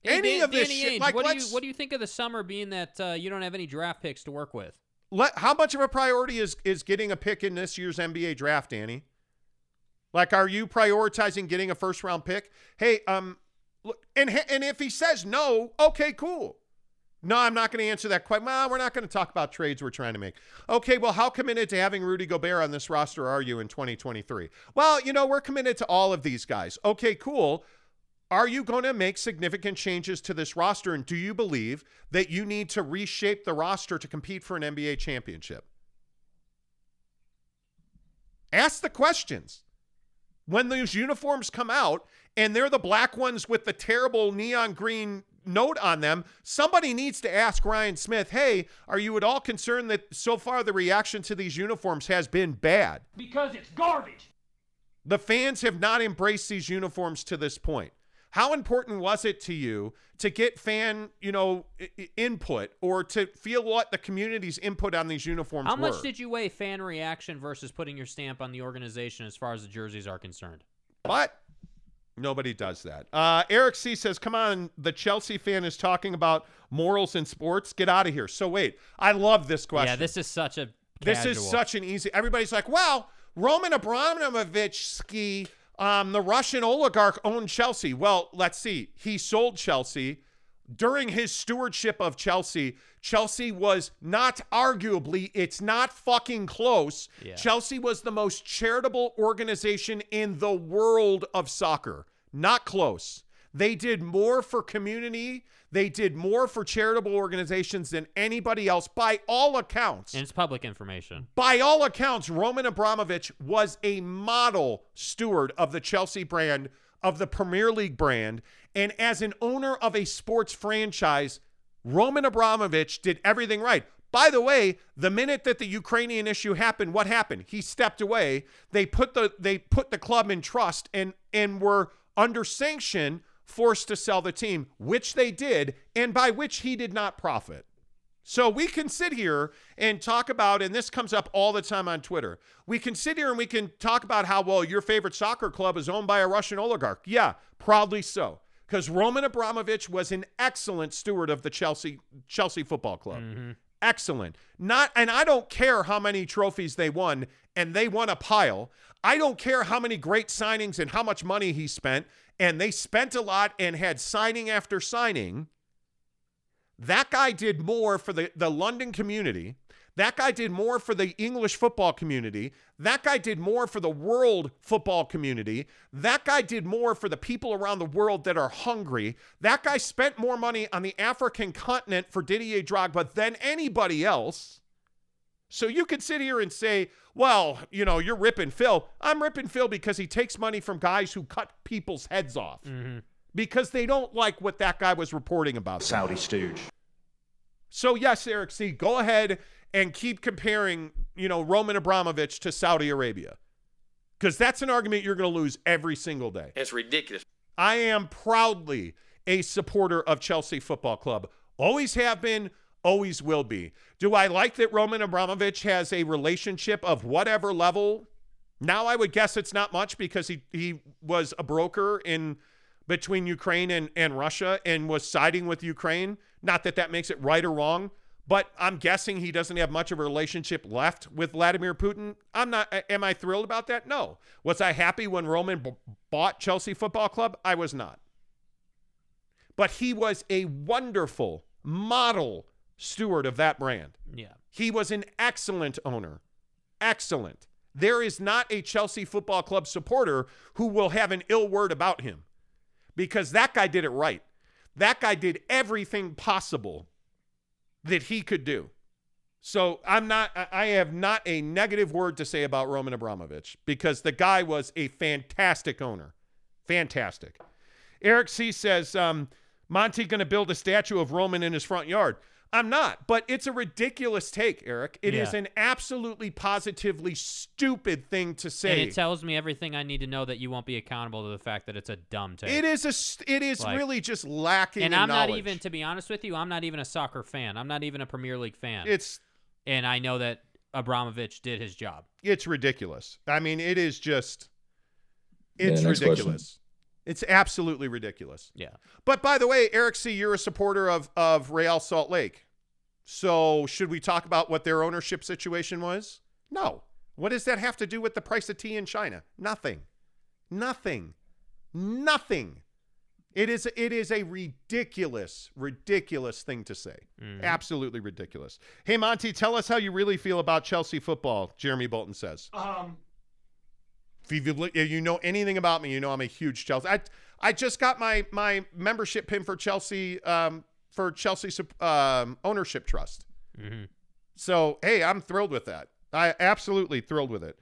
Speaker 4: Hey,
Speaker 1: any
Speaker 4: Dan-
Speaker 1: of this
Speaker 4: Danny
Speaker 1: shit,
Speaker 4: Ainge,
Speaker 1: like
Speaker 4: what, do you,
Speaker 1: let's-
Speaker 4: what do you think of the summer being that uh, you don't have any draft picks to work with?
Speaker 1: let, how much of a priority is is getting a pick in this year's NBA draft, Danny? Like, are you prioritizing getting a first round pick? Hey, um, look, and he- and if he says no, okay, cool. No, I'm not going to answer that question. Well, we're not going to talk about trades we're trying to make. Okay, well, how committed to having Rudy Gobert on this roster are you in 2023? Well, you know, we're committed to all of these guys. Okay, cool. Are you going to make significant changes to this roster? And do you believe that you need to reshape the roster to compete for an NBA championship? Ask the questions. When those uniforms come out and they're the black ones with the terrible neon green note on them, somebody needs to ask Ryan Smith, hey, are you at all concerned that so far the reaction to these uniforms has been bad?
Speaker 14: because it's garbage.
Speaker 1: The fans have not embraced these uniforms to this point. How important was it to you to get fan, you know, i- i- input or to feel what the community's input on these uniforms
Speaker 4: How
Speaker 1: were?
Speaker 4: much did you weigh fan reaction versus putting your stamp on the organization as far as the jerseys are concerned?
Speaker 1: But nobody does that. Uh, Eric C says, "Come on, the Chelsea fan is talking about morals in sports. Get out of here." So wait, I love this question.
Speaker 4: Yeah, this is such a
Speaker 1: This is
Speaker 4: casual.
Speaker 1: such an easy. Everybody's like, "Well, Roman Abramovichsky, um, the Russian oligarch, owned Chelsea." Well, let's see. He sold Chelsea during his stewardship of Chelsea. Chelsea was not arguably. It's not fucking close.
Speaker 16: Yeah.
Speaker 1: Chelsea was the most charitable organization in the world of soccer. Not close. They did more for community. They did more for charitable organizations than anybody else by all accounts.
Speaker 4: And it's public information.
Speaker 1: By all accounts, Roman Abramovich was a model steward of the Chelsea brand, of the Premier League brand, and as an owner of a sports franchise, Roman Abramovich did everything right. By the way, the minute that the Ukrainian issue happened, what happened? He stepped away. They put the they put the club in trust and and were under sanction forced to sell the team, which they did, and by which he did not profit. So we can sit here and talk about, and this comes up all the time on Twitter. We can sit here and we can talk about how, well, your favorite soccer club is owned by a Russian oligarch. Yeah, proudly so. Because Roman Abramovich was an excellent steward of the Chelsea Chelsea Football Club. Excellent. Not and I don't care how many trophies they won, and they won a pile. I don't care how many great signings and how much money he spent, and they spent a lot and had signing after signing That guy did more for the, the London community. That guy did more for the English football community. That guy did more for the world football community. That guy did more for the people around the world that are hungry. That guy spent more money on the African continent for Didier Drogba than anybody else. So you could sit here and say, well, you know, you're ripping Phil. I'm ripping Phil because he takes money from guys who cut people's heads off because they don't like what that guy was reporting about.
Speaker 10: Saudi stooge.
Speaker 1: So yes, Eric C, go ahead and keep comparing, you know, Roman Abramovich to Saudi Arabia. Cuz that's an argument you're going to lose every single day.
Speaker 15: It's ridiculous.
Speaker 1: I am proudly a supporter of Chelsea Football Club. Always have been, always will be. Do I like that Roman Abramovich has a relationship of whatever level? Now I would guess it's not much because he he was a broker in between Ukraine and, and Russia and was siding with Ukraine. Not that that makes it right or wrong, but I'm guessing he doesn't have much of a relationship left with Vladimir Putin. I'm not. a- Am I thrilled about that? No. Was I happy when Roman b- bought Chelsea Football Club? I was not. But he was a wonderful model steward of that brand.
Speaker 4: Yeah.
Speaker 1: He was an excellent owner. Excellent. There is not a Chelsea Football Club supporter who will have an ill word about him because that guy did it right. That guy did everything possible that he could do. So I'm not I- I have not a negative word to say about Roman Abramovich because the guy was a fantastic owner. Fantastic. Eric C says um Monty going to build a statue of Roman in his front yard. I'm not, but it's a ridiculous take, Eric. It is
Speaker 4: Yeah.
Speaker 1: an absolutely positively stupid thing to say.
Speaker 4: And it tells me everything I need to know that you won't be accountable to the fact that it's a dumb take.
Speaker 1: It is a. st- It is
Speaker 4: Like-
Speaker 1: really just lacking.
Speaker 4: and
Speaker 1: in
Speaker 4: I'm
Speaker 1: knowledge.
Speaker 4: not even, to be honest with you, I'm not even a soccer fan. I'm not even a Premier League fan.
Speaker 1: It's-
Speaker 4: and I know that Abramovich did his job.
Speaker 1: It's ridiculous. I mean, it is just.
Speaker 4: Yeah,
Speaker 1: It's
Speaker 4: next question.
Speaker 1: ridiculous. It's absolutely ridiculous.
Speaker 4: Yeah.
Speaker 1: But by the way, Eric C, you're a supporter of of Real Salt Lake. So should we talk about what their ownership situation was? No. What does that have to do with the price of tea in China? Nothing. Nothing. Nothing. It is it is a ridiculous, ridiculous thing to say. Absolutely ridiculous. Hey Monty, tell us how you really feel about Chelsea football. Jeremy Bolton says.
Speaker 14: Um,
Speaker 1: If you've look- if you know anything about me, you know I'm a huge Chelsea. I I just got my my membership pin for Chelsea um for Chelsea sup- um, ownership trust. So hey, I'm thrilled with that. I absolutely thrilled with it.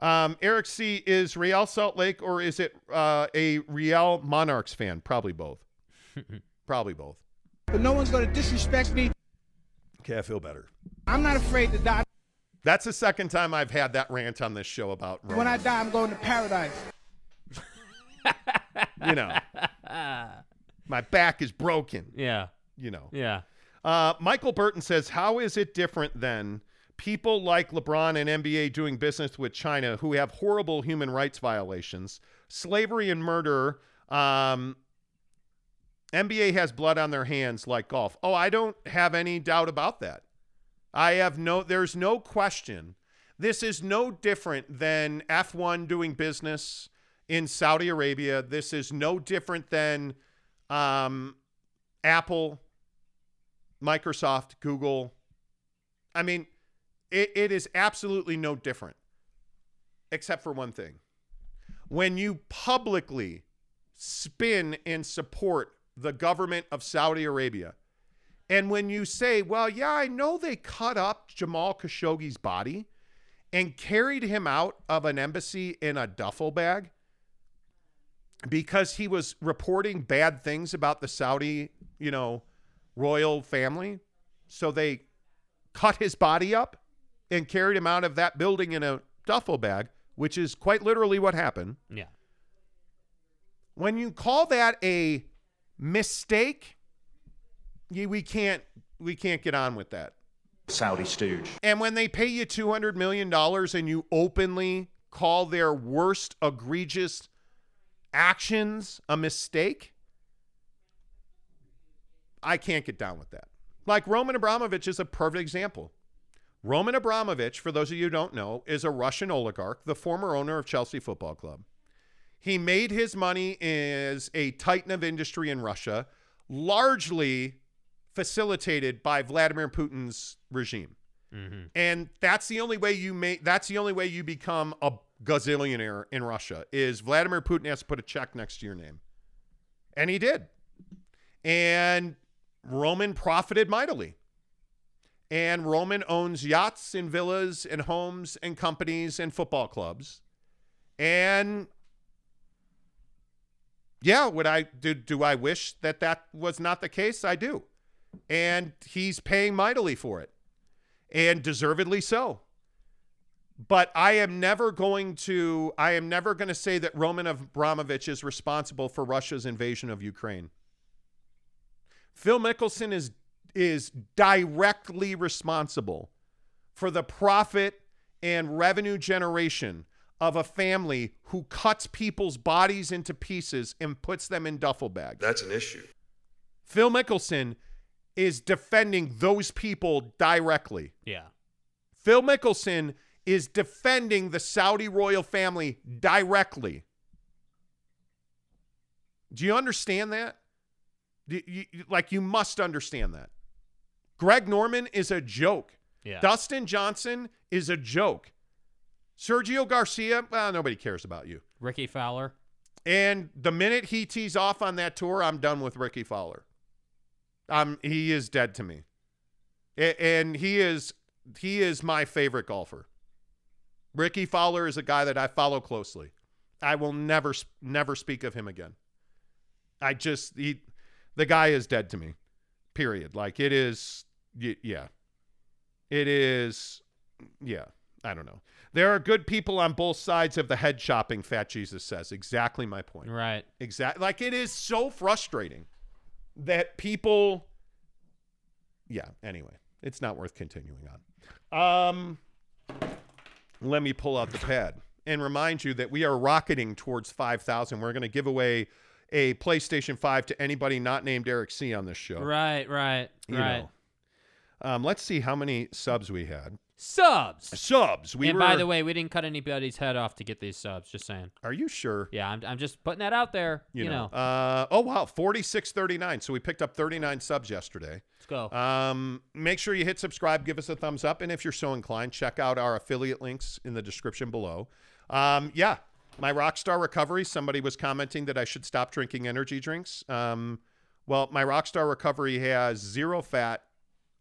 Speaker 1: Um, Eric C is Real Salt Lake or is it uh, a Real Monarchs fan? Probably both. Probably both.
Speaker 6: But no one's going to disrespect me.
Speaker 1: Okay, I feel better.
Speaker 6: I'm not afraid to die.
Speaker 1: That's the second time I've had that rant on this show about Rome.
Speaker 6: When I die, I'm going to paradise.
Speaker 1: you know, my back is broken.
Speaker 4: Yeah.
Speaker 1: You know.
Speaker 4: Yeah.
Speaker 1: Uh, Michael Burton says, How is it different than people like LeBron and NBA doing business with China who have horrible human rights violations, slavery and murder? Um, NBA has blood on their hands like golf. Oh, I don't have any doubt about that. I have no, there's no question. This is no different than F1 doing business in Saudi Arabia. This is no different than um, Apple, Microsoft, Google. I mean, it, it is absolutely no different, except for one thing. When you publicly spin and support the government of Saudi Arabia, and when you say, well, yeah, I know they cut up Jamal Khashoggi's body and carried him out of an embassy in a duffel bag because he was reporting bad things about the Saudi, you know, royal family. So they cut his body up and carried him out of that building in a duffel bag, which is quite literally what happened.
Speaker 4: Yeah.
Speaker 1: When you call that a mistake, you, we can't we can't get on with that.
Speaker 10: Saudi stooge.
Speaker 1: And when they pay you $200 million and you openly call their worst egregious actions a mistake, I can't get down with that. Like Roman Abramovich is a perfect example. Roman Abramovich, for those of you who don't know, is a Russian oligarch, the former owner of Chelsea Football Club. He made his money as a titan of industry in Russia, largely facilitated by Vladimir Putin's regime.
Speaker 4: Mm-hmm.
Speaker 1: And that's the only way you make that's the only way you become a gazillionaire in Russia is Vladimir Putin has to put a check next to your name. And he did. And Roman profited mightily. And Roman owns yachts and villas and homes and companies and football clubs. And yeah, would I do do I wish that that was not the case? I do. And he's paying mightily for it and deservedly so. But I am never going to I am never going to say that Roman Abramovich is responsible for Russia's invasion of Ukraine. Phil Mickelson is is directly responsible for the profit and revenue generation of a family who cuts people's bodies into pieces and puts them in duffel bags.
Speaker 15: That's an issue.
Speaker 1: Phil Mickelson is defending those people directly.
Speaker 4: Yeah.
Speaker 1: Phil Mickelson is defending the Saudi royal family directly. Do you understand that? Do you, you- like, you must understand that. Greg Norman is a joke.
Speaker 4: Yeah.
Speaker 1: Dustin Johnson is a joke. Sergio Garcia, well, nobody cares about you.
Speaker 4: Ricky Fowler.
Speaker 1: And the minute he tees off on that tour, I'm done with Ricky Fowler. Um, he is dead to me, A- and he is he is my favorite golfer. Ricky Fowler is a guy that I follow closely. I will never sp- never speak of him again. I just he, the guy is dead to me. Period. Like it is, y- yeah. It is, yeah. I don't know. There are good people on both sides of the head shopping. Fat Jesus says exactly my point.
Speaker 4: Right.
Speaker 1: Exactly. Like it is so frustrating that people. Yeah. Anyway, it's not worth continuing on. Um, let me pull out the pad and remind you that we are rocketing towards five thousand. We're going to give away a PlayStation Five to anybody not named Eric C on this show.
Speaker 4: Right, right,
Speaker 1: You
Speaker 4: right.
Speaker 1: know. Um, let's see how many subs we had.
Speaker 4: Subs.
Speaker 1: Subs. We
Speaker 4: and
Speaker 1: were,
Speaker 4: by the way, we didn't cut anybody's head off to get these subs. Just saying.
Speaker 1: are you sure?
Speaker 4: Yeah, I'm, I'm just putting that out there. You, know.
Speaker 1: Uh, oh wow, forty six thirty nine. So we picked up thirty nine subs yesterday.
Speaker 4: Let's go.
Speaker 1: Um, make sure you hit subscribe, give us a thumbs up, and if you're so inclined, check out our affiliate links in the description below. Um, yeah, my Rockstar Recovery. Somebody was commenting that I should stop drinking energy drinks. Um, well, my Rockstar Recovery has zero fat,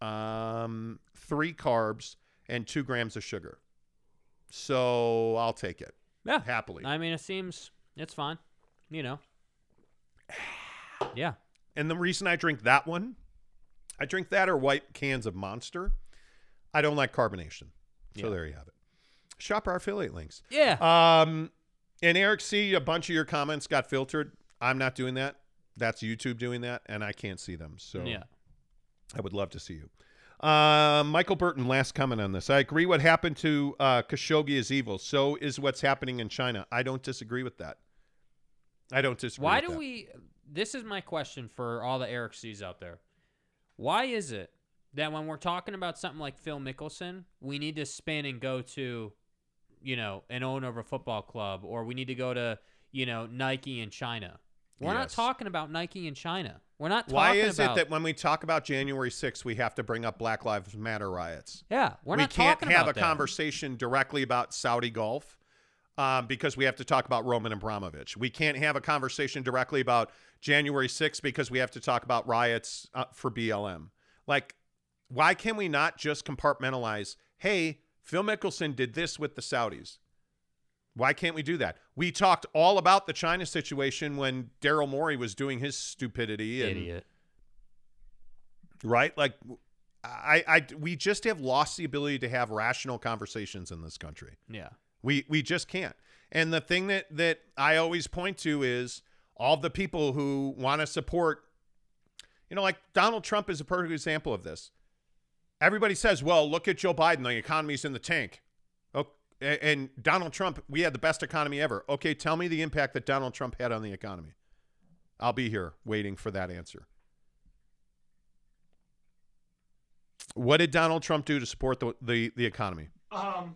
Speaker 1: um, three carbs, and two grams of sugar. So I'll take it.
Speaker 4: Yeah.
Speaker 1: happily.
Speaker 4: I mean, it seems it's fine. You know. Yeah.
Speaker 1: And the reason I drink that one, I drink that or white cans of Monster. I don't like carbonation. So
Speaker 4: Yeah.
Speaker 1: there you have it. Shop our affiliate links.
Speaker 4: Yeah.
Speaker 1: Um, and Eric C, a bunch of your comments got filtered. I'm not doing that. That's YouTube doing that, and I can't see them. So
Speaker 4: Yeah.
Speaker 1: I would love to see you. Uh, Michael Burton, last comment on this. I agree what happened to uh, Khashoggi is evil. So is what's happening in China. I don't disagree with that. I don't disagree
Speaker 4: Why
Speaker 1: with
Speaker 4: do
Speaker 1: that.
Speaker 4: we? This is my question for all the Eric C's out there. Why is it that when we're talking about something like Phil Mickelson, we need to spin and go to, you know, an owner of a football club, or we need to go to, you know, Nike in China? We're not
Speaker 1: Yes.
Speaker 4: talking about Nike in China. We're not talking
Speaker 1: Why is
Speaker 4: about.
Speaker 1: it that when we talk about January 6th, we have to bring up Black Lives Matter riots?
Speaker 4: yeah, we're
Speaker 1: we
Speaker 4: not
Speaker 1: can't
Speaker 4: talking
Speaker 1: have
Speaker 4: about
Speaker 1: a
Speaker 4: that.
Speaker 1: conversation directly about Saudi golf um, because we have to talk about Roman Abramovich. We can't have a conversation directly about January 6th because we have to talk about riots uh, for BLM. Like, why can we not just compartmentalize? Hey, Phil Mickelson did this with the Saudis. Why can't we do that? We talked all about the China situation when Daryl Morey was doing his stupidity and
Speaker 4: Idiot.
Speaker 1: right? Like I, I we just have lost the ability to have rational conversations in this country.
Speaker 4: Yeah.
Speaker 1: We we just can't. And the thing that that I always point to is all the people who want to support you know like Donald Trump is a perfect example of this. Everybody says, "Well, look at Joe Biden, the economy's in the tank." Oh, a- and Donald Trump, we had the best economy ever. Okay, tell me the impact that Donald Trump had on the economy. I'll be here waiting for that answer. What did Donald Trump do to support the the, the economy?
Speaker 14: Um,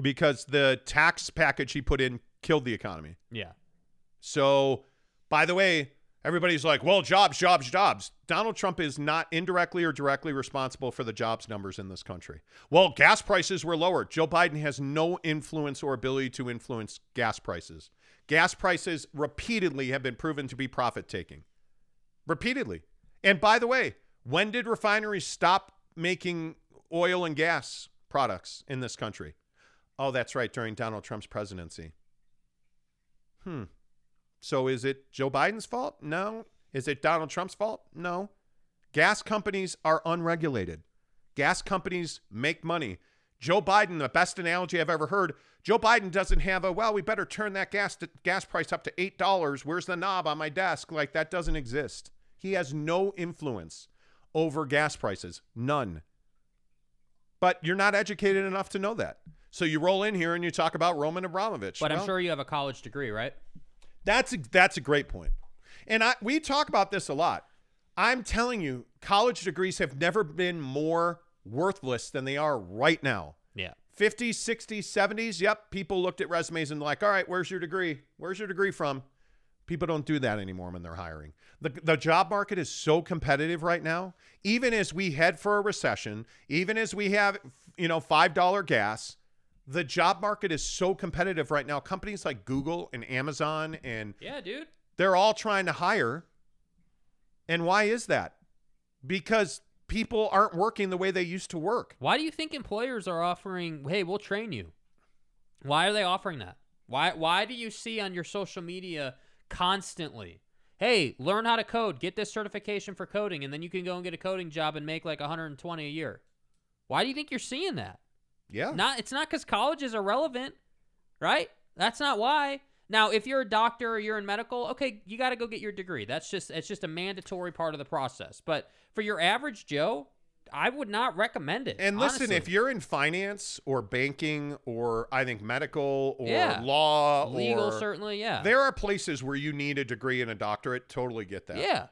Speaker 1: because the tax package he put in killed the economy.
Speaker 4: Yeah.
Speaker 1: So, by the way, Everybody's like, well, jobs, jobs, jobs. Donald Trump is not indirectly or directly responsible for the jobs numbers in this country. Well, gas prices were lower. Joe Biden has no influence or ability to influence gas prices. Gas prices repeatedly have been proven to be profit taking. Repeatedly. And by the way, when did refineries stop making oil and gas products in this country? Oh, that's right, during Donald Trump's presidency. Hmm. So is it Joe Biden's fault? No. Is it Donald Trump's fault? No. Gas companies are unregulated. Gas companies make money. Joe Biden, the best analogy I've ever heard, Joe Biden doesn't have a well, we better turn that gas to, gas price up to $8. Where's the knob on my desk? Like that doesn't exist. He has no influence over gas prices. None. But you're not educated enough to know that. So you roll in here and you talk about Roman Abramovich.
Speaker 4: But I'm
Speaker 1: Well,
Speaker 4: sure you have a college degree, right?
Speaker 1: that's a, that's a great point. And I we talk about this a lot. I'm telling you, college degrees have never been more worthless than they are right now.
Speaker 4: Yeah.
Speaker 1: 50s, 60s, 70s, yep, people looked at resumes and like, "All right, where's your degree? Where's your degree from?" People don't do that anymore when they're hiring. The, the job market is so competitive right now. Even as we head for a recession, even as we have, you know, $5 gas, the job market is so competitive right now. Companies like Google and Amazon and
Speaker 4: Yeah, dude.
Speaker 1: they're all trying to hire. And why is that? Because people aren't working the way they used to work.
Speaker 4: Why do you think employers are offering, hey, we'll train you? Why are they offering that? Why why do you see on your social media constantly, hey, learn how to code, get this certification for coding, and then you can go and get a coding job and make like 120 a year? Why do you think you're seeing that?
Speaker 1: Yeah.
Speaker 4: Not it's not because colleges are relevant, right? That's not why. Now, if you're a doctor or you're in medical, okay, you got to go get your degree. That's just it's just a mandatory part of the process. But for your average Joe, I would not recommend it.
Speaker 1: And listen,
Speaker 4: honestly.
Speaker 1: if you're in finance or banking or I think medical or
Speaker 4: Yeah.
Speaker 1: law
Speaker 4: legal,
Speaker 1: or
Speaker 4: certainly, yeah,
Speaker 1: there are places where you need a degree and a doctorate. Totally get that.
Speaker 4: yeah,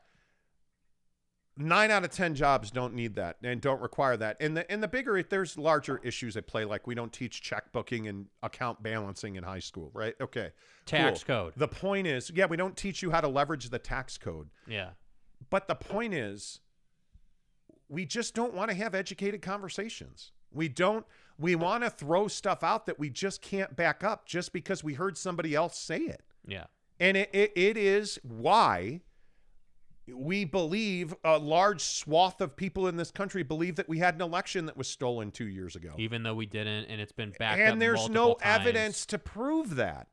Speaker 1: nine out of ten jobs don't need that and don't require that. And the and the bigger there's larger issues at play, like we don't teach checkbooking and account balancing in high school, right? Okay.
Speaker 4: Tax code.
Speaker 1: The point is, yeah, we don't teach you how to leverage the tax code.
Speaker 4: yeah.
Speaker 1: But the point is, we just don't want to have educated conversations. We don't. We want to throw stuff out that we just can't back up just because we heard somebody else say it.
Speaker 4: Yeah.
Speaker 1: And it, it, it is why we believe a large swath of people in this country believe that we had an election that was stolen two years ago.
Speaker 4: Even though we didn't, and it's been backed up
Speaker 1: and there's no
Speaker 4: multiple times.
Speaker 1: evidence to prove that.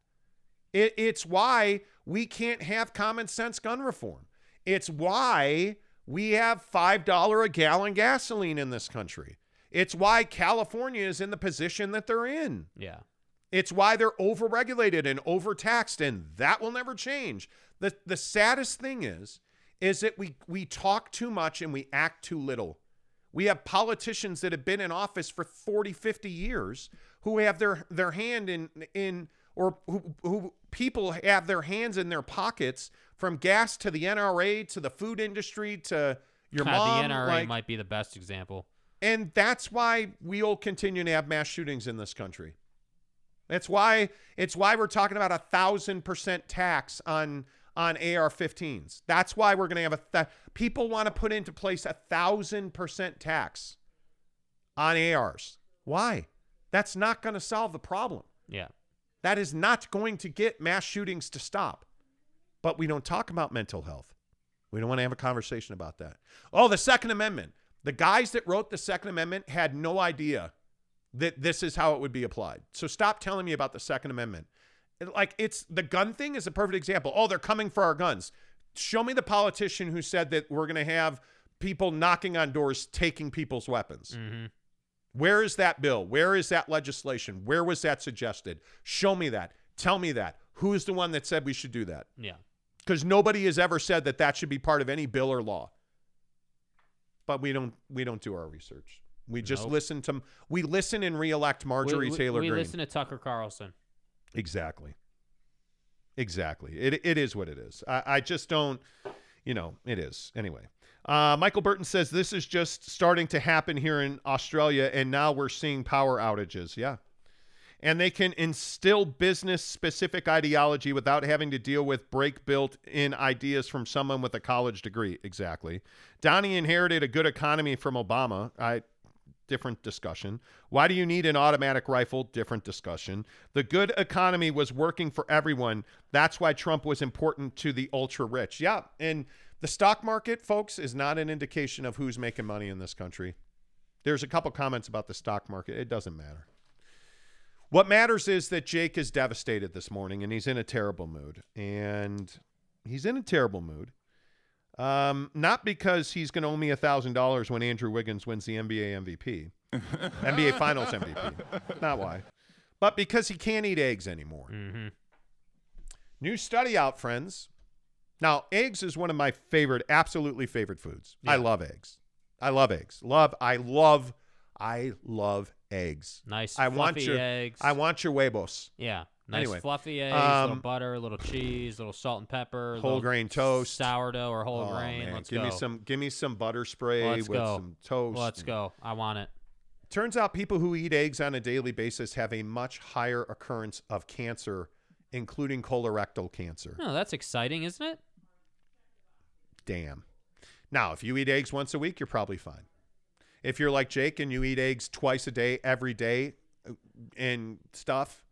Speaker 1: It, it's why we can't have common sense gun reform. It's why we have $5 a gallon gasoline in this country. It's why California is in the position that they're in.
Speaker 4: Yeah,
Speaker 1: It's why they're overregulated and overtaxed, and that will never change. The the saddest thing is, is that we we talk too much and we act too little. We have politicians that have been in office for 40, 50 years who have their their hand in in or who, who people have their hands in their pockets from gas to the NRA to the food industry to your
Speaker 4: God,
Speaker 1: mom.
Speaker 4: the NRA
Speaker 1: like-
Speaker 4: might be the best example.
Speaker 1: and that's why we'll continue to have mass shootings in this country. That's why it's why we're talking about a thousand percent tax on on AR-15s. That's why we're going to have a th- people want to put into place a thousand percent tax on ARs. Why? That's not going to solve the problem.
Speaker 4: Yeah,
Speaker 1: That is not going to get mass shootings to stop. But we don't talk about mental health. We don't want to have a conversation about that. Oh, the Second Amendment. The guys that wrote the Second Amendment had no idea that this is how it would be applied. So stop telling me about the Second Amendment. It- Like it's the gun thing is a perfect example. Oh, they're coming for our guns. Show me the politician who said that we're going to have people knocking on doors taking people's weapons.
Speaker 4: Mm-hmm.
Speaker 1: Where is that bill? Where is that legislation? Where was that suggested? Show me that. Tell me that. Who is the one that said we should do that?
Speaker 4: yeah.
Speaker 1: Because nobody has ever said that that should be part of any bill or law. But we don't we don't do our research. We just
Speaker 4: Nope.
Speaker 1: listen to we listen and reelect Marjorie
Speaker 4: we, we-
Speaker 1: Taylor
Speaker 4: we
Speaker 1: Greene.
Speaker 4: listen to Tucker Carlson.
Speaker 1: Exactly. Exactly. It it is what it is. I, I just don't you know, it is. Anyway. Uh, Michael Burton says this is just starting to happen here in Australia and now we're seeing power outages. Yeah. and they can instill business specific ideology without having to deal with break built in ideas from someone with a college degree. Exactly. Donnie inherited a good economy from Obama. I different discussion. Why do you need an automatic rifle? Different discussion. The good economy was working for everyone. That's why Trump was important to the ultra rich. Yeah, and the stock market, folks, is not an indication of who's making money in this country. There's a couple comments about the stock market. It doesn't matter. What matters is that Jake is devastated this morning and he's in a terrible mood. And he's in a terrible mood. Um, not because he's going to owe me $1,000 when Andrew Wiggins wins the NBA MVP, NBA Finals MVP. Not why. But because he can't eat eggs anymore.
Speaker 4: Mm-hmm.
Speaker 1: New study out, friends. Now, eggs is one of my favorite, absolutely favorite foods. I love eggs. I love eggs. Love, I love, I love eggs.
Speaker 4: Nice
Speaker 1: I want
Speaker 4: fluffy
Speaker 1: your
Speaker 4: eggs.
Speaker 1: I want your huevos.
Speaker 4: Yeah. Nice
Speaker 1: Anyway,
Speaker 4: fluffy eggs,
Speaker 1: um,
Speaker 4: little butter, little cheese, little salt and pepper,
Speaker 1: whole
Speaker 4: little
Speaker 1: grain toast.
Speaker 4: sourdough or whole
Speaker 1: Oh,
Speaker 4: grain.
Speaker 1: man.
Speaker 4: Let's
Speaker 1: give
Speaker 4: go.
Speaker 1: me some give me some butter spray
Speaker 4: Let's
Speaker 1: with
Speaker 4: go.
Speaker 1: some toast.
Speaker 4: Let's go. I want it.
Speaker 1: Turns out people who eat eggs on a daily basis have a much higher occurrence of cancer, including colorectal cancer.
Speaker 4: No, that's exciting, isn't it?
Speaker 1: Damn. Now, if you eat eggs once a week, you're probably fine. If you're like Jake and you eat eggs twice a day, every day, uh, and stuff,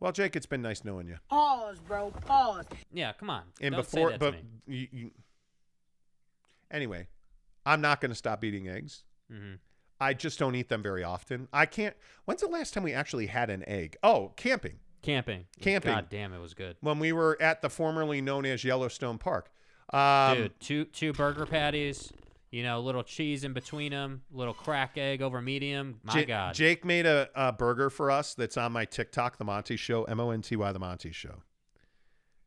Speaker 1: well, Jake, it's been nice knowing you.
Speaker 7: Pause, bro. Pause.
Speaker 4: Yeah, come on.
Speaker 1: And
Speaker 4: Don't say
Speaker 1: before,
Speaker 4: that to
Speaker 1: but
Speaker 4: me.
Speaker 1: you, you, anyway, I'm not going to stop eating eggs.
Speaker 4: Mhm.
Speaker 1: I just don't eat them very often. I can't. When's the last time we actually had an egg? Oh, camping.
Speaker 4: camping,
Speaker 1: Camping.
Speaker 4: God damn, it was good.
Speaker 1: When we were at the formerly known as Yellowstone Park. Um,
Speaker 4: Dude, two two burger patties, you know, little cheese in between them, little crack egg over medium. My
Speaker 1: Ja-
Speaker 4: God,
Speaker 1: Jake made a, a burger for us that's on my TikTok, The Monty Show, M O N T Y, The Monty Show.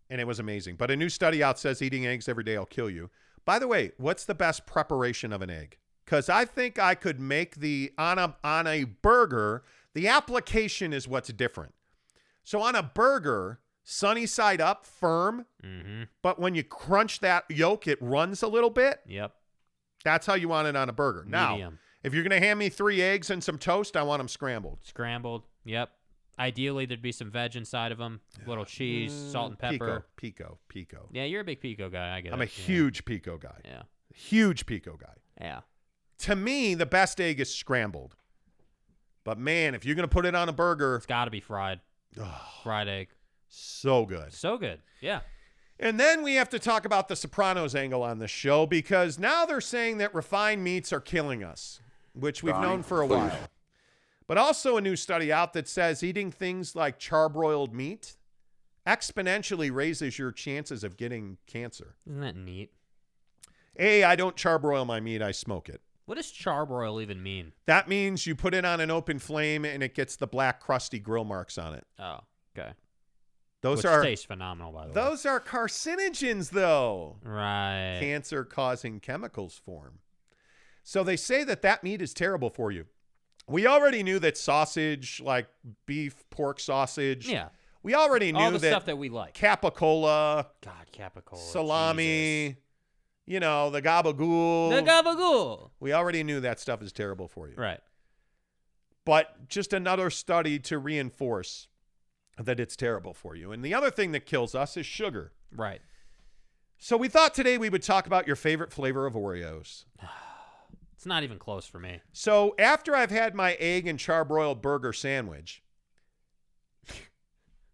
Speaker 1: And it was amazing. But a new study out says eating eggs every day will kill you. By the way, what's the best preparation of an egg? Because I think I could make the on a on a burger. The application is what's different. So on a burger, sunny side up, firm.
Speaker 4: Mm-hmm.
Speaker 1: But when you crunch that yolk, it runs a little bit.
Speaker 4: Yep.
Speaker 1: That's how you want it on a burger. Now,
Speaker 4: Medium.
Speaker 1: if you're going to hand me three eggs and some toast, I want them scrambled.
Speaker 4: Scrambled. Yep. Ideally, there'd be some veg inside of them, little cheese, salt and pepper.
Speaker 1: Pico, pico, pico.
Speaker 4: Yeah, you're a big pico guy. I get
Speaker 1: I'm a
Speaker 4: it. yeah.
Speaker 1: huge pico guy.
Speaker 4: Yeah.
Speaker 1: Huge pico guy.
Speaker 4: Yeah.
Speaker 1: To me, the best egg is scrambled. But man, if you're going to put it on a burger,
Speaker 4: It's got to be fried. Fried egg.
Speaker 1: so good.
Speaker 4: So good. Yeah.
Speaker 1: And then we have to talk about the Sopranos angle on this show because now they're saying that refined meats are killing us, which we've
Speaker 5: Fine,
Speaker 1: known for a
Speaker 5: please.
Speaker 1: while. But also a new study out that says eating things like charbroiled meat exponentially raises your chances of getting cancer.
Speaker 4: Isn't that neat?
Speaker 1: A, I don't charbroil my meat, I smoke it.
Speaker 4: What does charbroil even mean?
Speaker 1: That means you put it on an open flame and it gets the black crusty grill marks on it.
Speaker 4: Oh, okay.
Speaker 1: Those
Speaker 4: Which
Speaker 1: are
Speaker 4: taste phenomenal, by the way.
Speaker 1: those are carcinogens though.
Speaker 4: Right.
Speaker 1: Cancer causing chemicals form. So they say that that meat is terrible for you. We already knew that sausage like beef, pork sausage.
Speaker 4: Yeah.
Speaker 1: We already knew
Speaker 4: All the
Speaker 1: that,
Speaker 4: stuff that we like.
Speaker 1: capicola,
Speaker 4: God, capicola.
Speaker 1: salami, you know, the gabagool.
Speaker 4: Jesus. The gabagool.
Speaker 1: we already knew that stuff is terrible for you.
Speaker 4: Right.
Speaker 1: but just another study to reinforce that it's terrible for you. And the other thing that kills us is sugar.
Speaker 4: Right.
Speaker 1: So we thought today we would talk about your favorite flavor of Oreos.
Speaker 4: It's not even close for me.
Speaker 1: So after I've had my egg and charbroiled burger sandwich,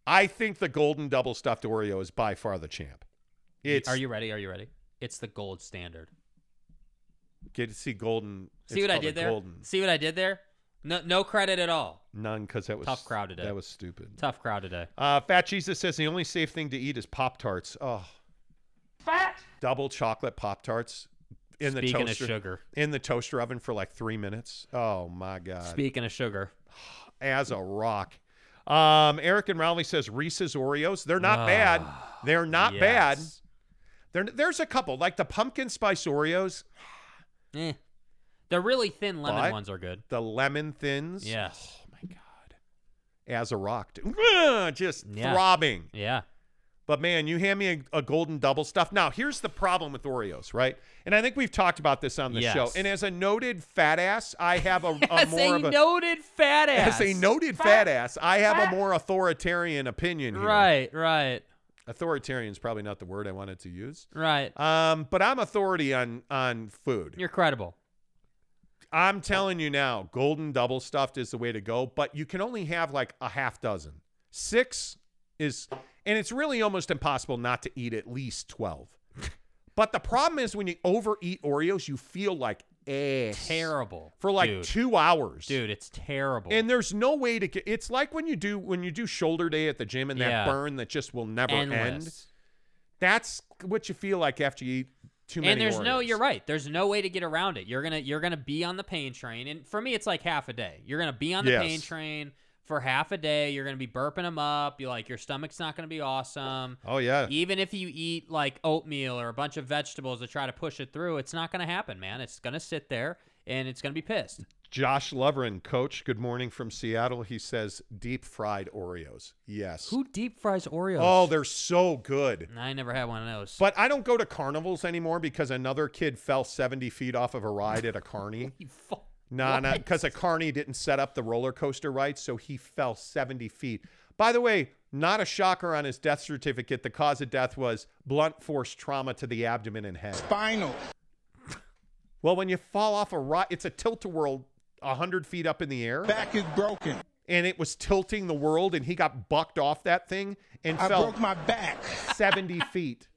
Speaker 1: I think the golden double stuffed Oreo is by far the champ. It's
Speaker 4: Are you ready? Are you ready? It's the gold standard.
Speaker 1: get to see golden.
Speaker 4: See
Speaker 1: it's
Speaker 4: what I
Speaker 1: called
Speaker 4: did
Speaker 1: the
Speaker 4: there?
Speaker 1: Golden.
Speaker 4: See what I did there? No, no credit at all.
Speaker 1: None, because that was
Speaker 4: Tough crowd today.
Speaker 1: That was stupid.
Speaker 4: Tough crowd today.
Speaker 1: Uh, Fat Jesus says the only safe thing to eat is Pop Tarts. Oh,
Speaker 14: Fat.
Speaker 1: double chocolate pop tarts in the
Speaker 4: Speaking of
Speaker 1: toaster
Speaker 4: sugar.
Speaker 1: in the toaster oven for like three minutes. Oh my god,
Speaker 4: Speaking of sugar,
Speaker 1: as a rock. Um, Eric and Rowley says Reese's Oreos. They're not bad. They're not bad.
Speaker 4: Ah, yes.
Speaker 1: They're, there's a couple like the pumpkin spice Oreos,
Speaker 4: eh. the really thin lemon
Speaker 1: But-
Speaker 4: ones are good.
Speaker 1: the lemon thins.
Speaker 4: Yes.
Speaker 1: Oh my god, as a rock, dude. Ugh, just
Speaker 4: Yeah.
Speaker 1: throbbing.
Speaker 4: Yeah.
Speaker 1: But man, you hand me a, a golden double stuff. Now, here's the problem with Oreos, right? And I think we've talked about this on the
Speaker 4: Yes.
Speaker 1: show. And as a noted fat ass, I have a, a
Speaker 4: As
Speaker 1: more
Speaker 4: a
Speaker 1: of a
Speaker 4: noted fat ass.
Speaker 1: As a noted fat, ass, I have a more authoritarian opinion here.
Speaker 4: Right, right.
Speaker 1: Authoritarian is probably not the word I wanted to use.
Speaker 4: Right.
Speaker 1: Um, but I'm authority on on food.
Speaker 4: You're credible.
Speaker 1: I'm telling you now, golden double stuffed is the way to go, but you can only have like a half dozen. Six is, and it's really almost impossible not to eat at least 12. But the problem is when you overeat Oreos, you feel like ass.
Speaker 4: Terrible.
Speaker 1: For like
Speaker 4: dude.
Speaker 1: two hours.
Speaker 4: Dude, it's terrible.
Speaker 1: And there's no way to get. It's like when you do when you do shoulder day at the gym and that
Speaker 4: Yeah.
Speaker 1: burn that just will never end.
Speaker 4: Endless.
Speaker 1: That's what you feel like after you eat too many.
Speaker 4: and there's no
Speaker 1: Oreos.
Speaker 4: you're right there's no way to get around it you're gonna you're gonna be on the pain train and for me it's like half a day you're gonna be on the
Speaker 1: Yes.
Speaker 4: pain train for half a day you're gonna be burping them up you like your stomach's not gonna be awesome
Speaker 1: Oh yeah.
Speaker 4: even if you eat like oatmeal or a bunch of vegetables to try to push it through it's not gonna happen man it's gonna sit there and it's gonna be pissed
Speaker 1: Josh Lovren, coach. Good morning from Seattle. He says deep fried Oreos. Yes.
Speaker 4: who deep fries oreos
Speaker 1: Oh, they're so good.
Speaker 4: i never had one of those
Speaker 1: But I don't go to carnivals anymore because another kid fell 70 feet off of a ride at a carny. No, no, because a carny didn't set up the roller coaster right, so he fell 70 feet. By the way, not a shocker on his death certificate. The cause of death was blunt force trauma to the abdomen and head.
Speaker 6: Spinal.
Speaker 1: Well, when you fall off a rock, it's a tilt a world 100 feet up in the air.
Speaker 6: Back is broken.
Speaker 1: And it was tilting the world, and he got bucked off that thing and
Speaker 6: I
Speaker 1: fell
Speaker 6: broke my back.
Speaker 1: 70 feet.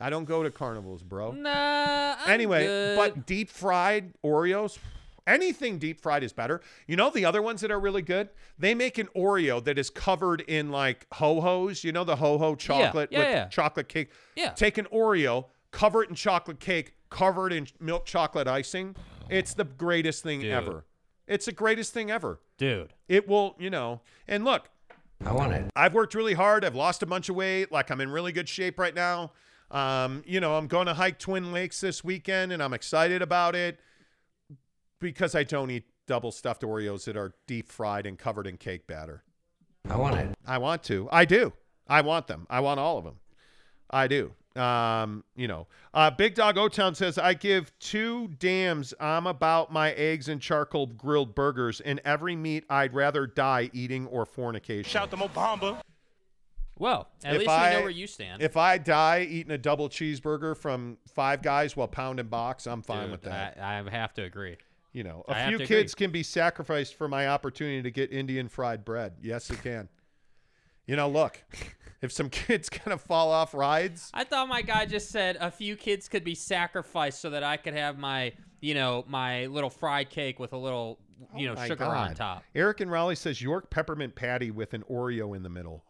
Speaker 1: I don't go to carnivals, bro.
Speaker 4: nah I'm
Speaker 1: anyway,
Speaker 4: good.
Speaker 1: but deep fried Oreos, anything deep fried is better. You know the other ones that are really good? They make an Oreo that is covered in like ho hos. You know the ho ho chocolate
Speaker 4: yeah,
Speaker 1: with
Speaker 4: yeah.
Speaker 1: chocolate cake.
Speaker 4: Yeah.
Speaker 1: Take an Oreo, cover it in chocolate cake, cover it in milk chocolate icing. It's the greatest thing
Speaker 4: Dude.
Speaker 1: ever. It's the greatest thing ever.
Speaker 4: dude
Speaker 1: It will, you know. And look,
Speaker 10: I want it.
Speaker 1: I've worked really hard. I've lost a bunch of weight. Like I'm in really good shape right now. Um, you know, I'm going to hike Twin Lakes this weekend and I'm excited about it because I don't eat double stuffed Oreos that are deep fried and covered in cake batter.
Speaker 10: I want it.
Speaker 1: I want to. I do. I want them. I want all of them. I do. Um, you know, uh, Big Dog O Town says I give two dams. I'm about my eggs and charcoal grilled burgers and every meat I'd rather die eating or fornication. Shout
Speaker 5: the Mobamba.
Speaker 4: well at least we know where you stand
Speaker 1: If I die eating a double cheeseburger from Five Guys while pounding box, I'm fine
Speaker 4: Dude,
Speaker 1: with that.
Speaker 4: I, I have to agree
Speaker 1: you know,
Speaker 4: I
Speaker 1: a
Speaker 4: have
Speaker 1: few
Speaker 4: to
Speaker 1: kids can be sacrificed for my opportunity to get Indian fried bread. Yes, it can. you know, look, if some kids gonna fall off rides,
Speaker 4: I thought my guy just said a few kids could be sacrificed so that I could have my, you know, my little fried cake with a little, you know,
Speaker 1: oh my
Speaker 4: sugar on
Speaker 1: God.
Speaker 4: top.
Speaker 1: Eric and Raleigh says York peppermint patty with an Oreo in the middle.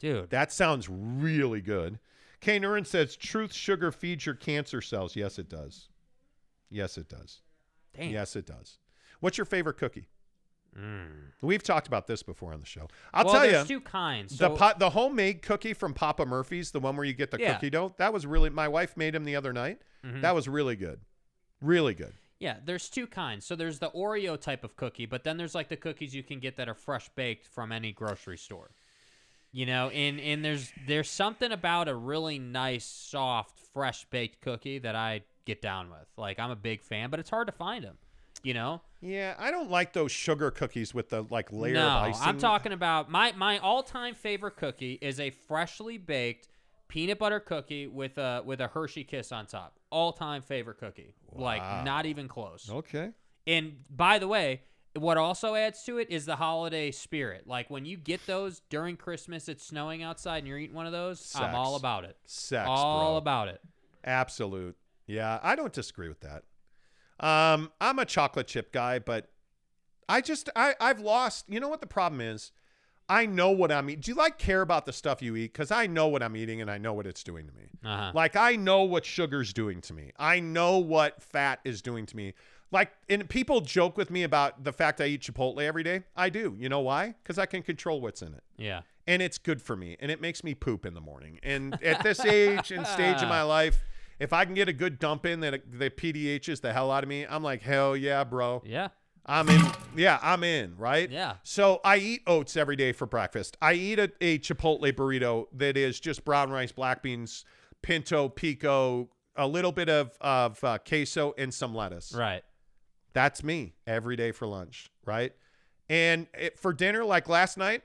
Speaker 4: Dude.
Speaker 1: That sounds really good. Kay Nurin says truth sugar feeds your cancer cells. Yes, it does. Yes, it does.
Speaker 4: Damn.
Speaker 1: Yes, it does. What's your favorite cookie? We've talked about this before on the show. I'll
Speaker 4: Mm. well,
Speaker 1: tell
Speaker 4: there's
Speaker 1: you,
Speaker 4: two kinds.
Speaker 1: the
Speaker 4: So,
Speaker 1: pot, the homemade cookie from Papa Murphy's, the one where you get the
Speaker 4: Yeah. Mm-hmm.
Speaker 1: cookie dough, that was really. My wife made him the other night. That was really good, really good.
Speaker 4: yeah, there's two kinds. So there's the Oreo type of cookie, but then there's like the cookies you can get that are fresh baked from any grocery store. You know, and and there's there's something about a really nice, soft, fresh baked cookie that I get down with. Like I'm a big fan, but it's hard to find them. You know,
Speaker 1: Yeah, I don't like those sugar cookies with the like layer
Speaker 4: no,
Speaker 1: of icing.
Speaker 4: I'm talking about my my all-time favorite cookie is a freshly baked peanut butter cookie with a with a Hershey kiss on top. All-time favorite cookie. Like not even close.
Speaker 1: Okay.
Speaker 4: And by the way, what also adds to it is the holiday spirit. Like when you get those during Christmas, it's snowing outside and you're eating one of those, I'm all
Speaker 1: Sex.
Speaker 4: about it.
Speaker 1: Sex,
Speaker 4: all
Speaker 1: bro.
Speaker 4: about it.
Speaker 1: Absolute. Yeah, I don't disagree with that. Um, I'm a chocolate chip guy, but I just I I've lost. You know what the problem is? I know what I'm eating. Do you like care about the stuff you eat? Because I know what I'm eating and I know what it's doing to me.
Speaker 4: Uh-huh.
Speaker 1: Like I know what sugar's doing to me. I know what fat is doing to me. Like and people joke with me about the fact I eat Chipotle every day. I do. You know why? Because I can control what's in it
Speaker 4: Yeah.
Speaker 1: and it's good for me and it makes me poop in the morning and at this age and stage of my life if i can get a good dump in that that pdhs the hell out of me i'm like hell yeah bro
Speaker 4: Yeah.
Speaker 1: I'm in. Yeah, I'm in, right?
Speaker 4: Yeah.
Speaker 1: So I eat oats every day for breakfast. I eat a, a Chipotle burrito that is just brown rice, black beans, pinto, pico, a little bit of, of uh, queso, and some lettuce.
Speaker 4: Right.
Speaker 1: That's me every day for lunch, right? And it, for dinner, like last night,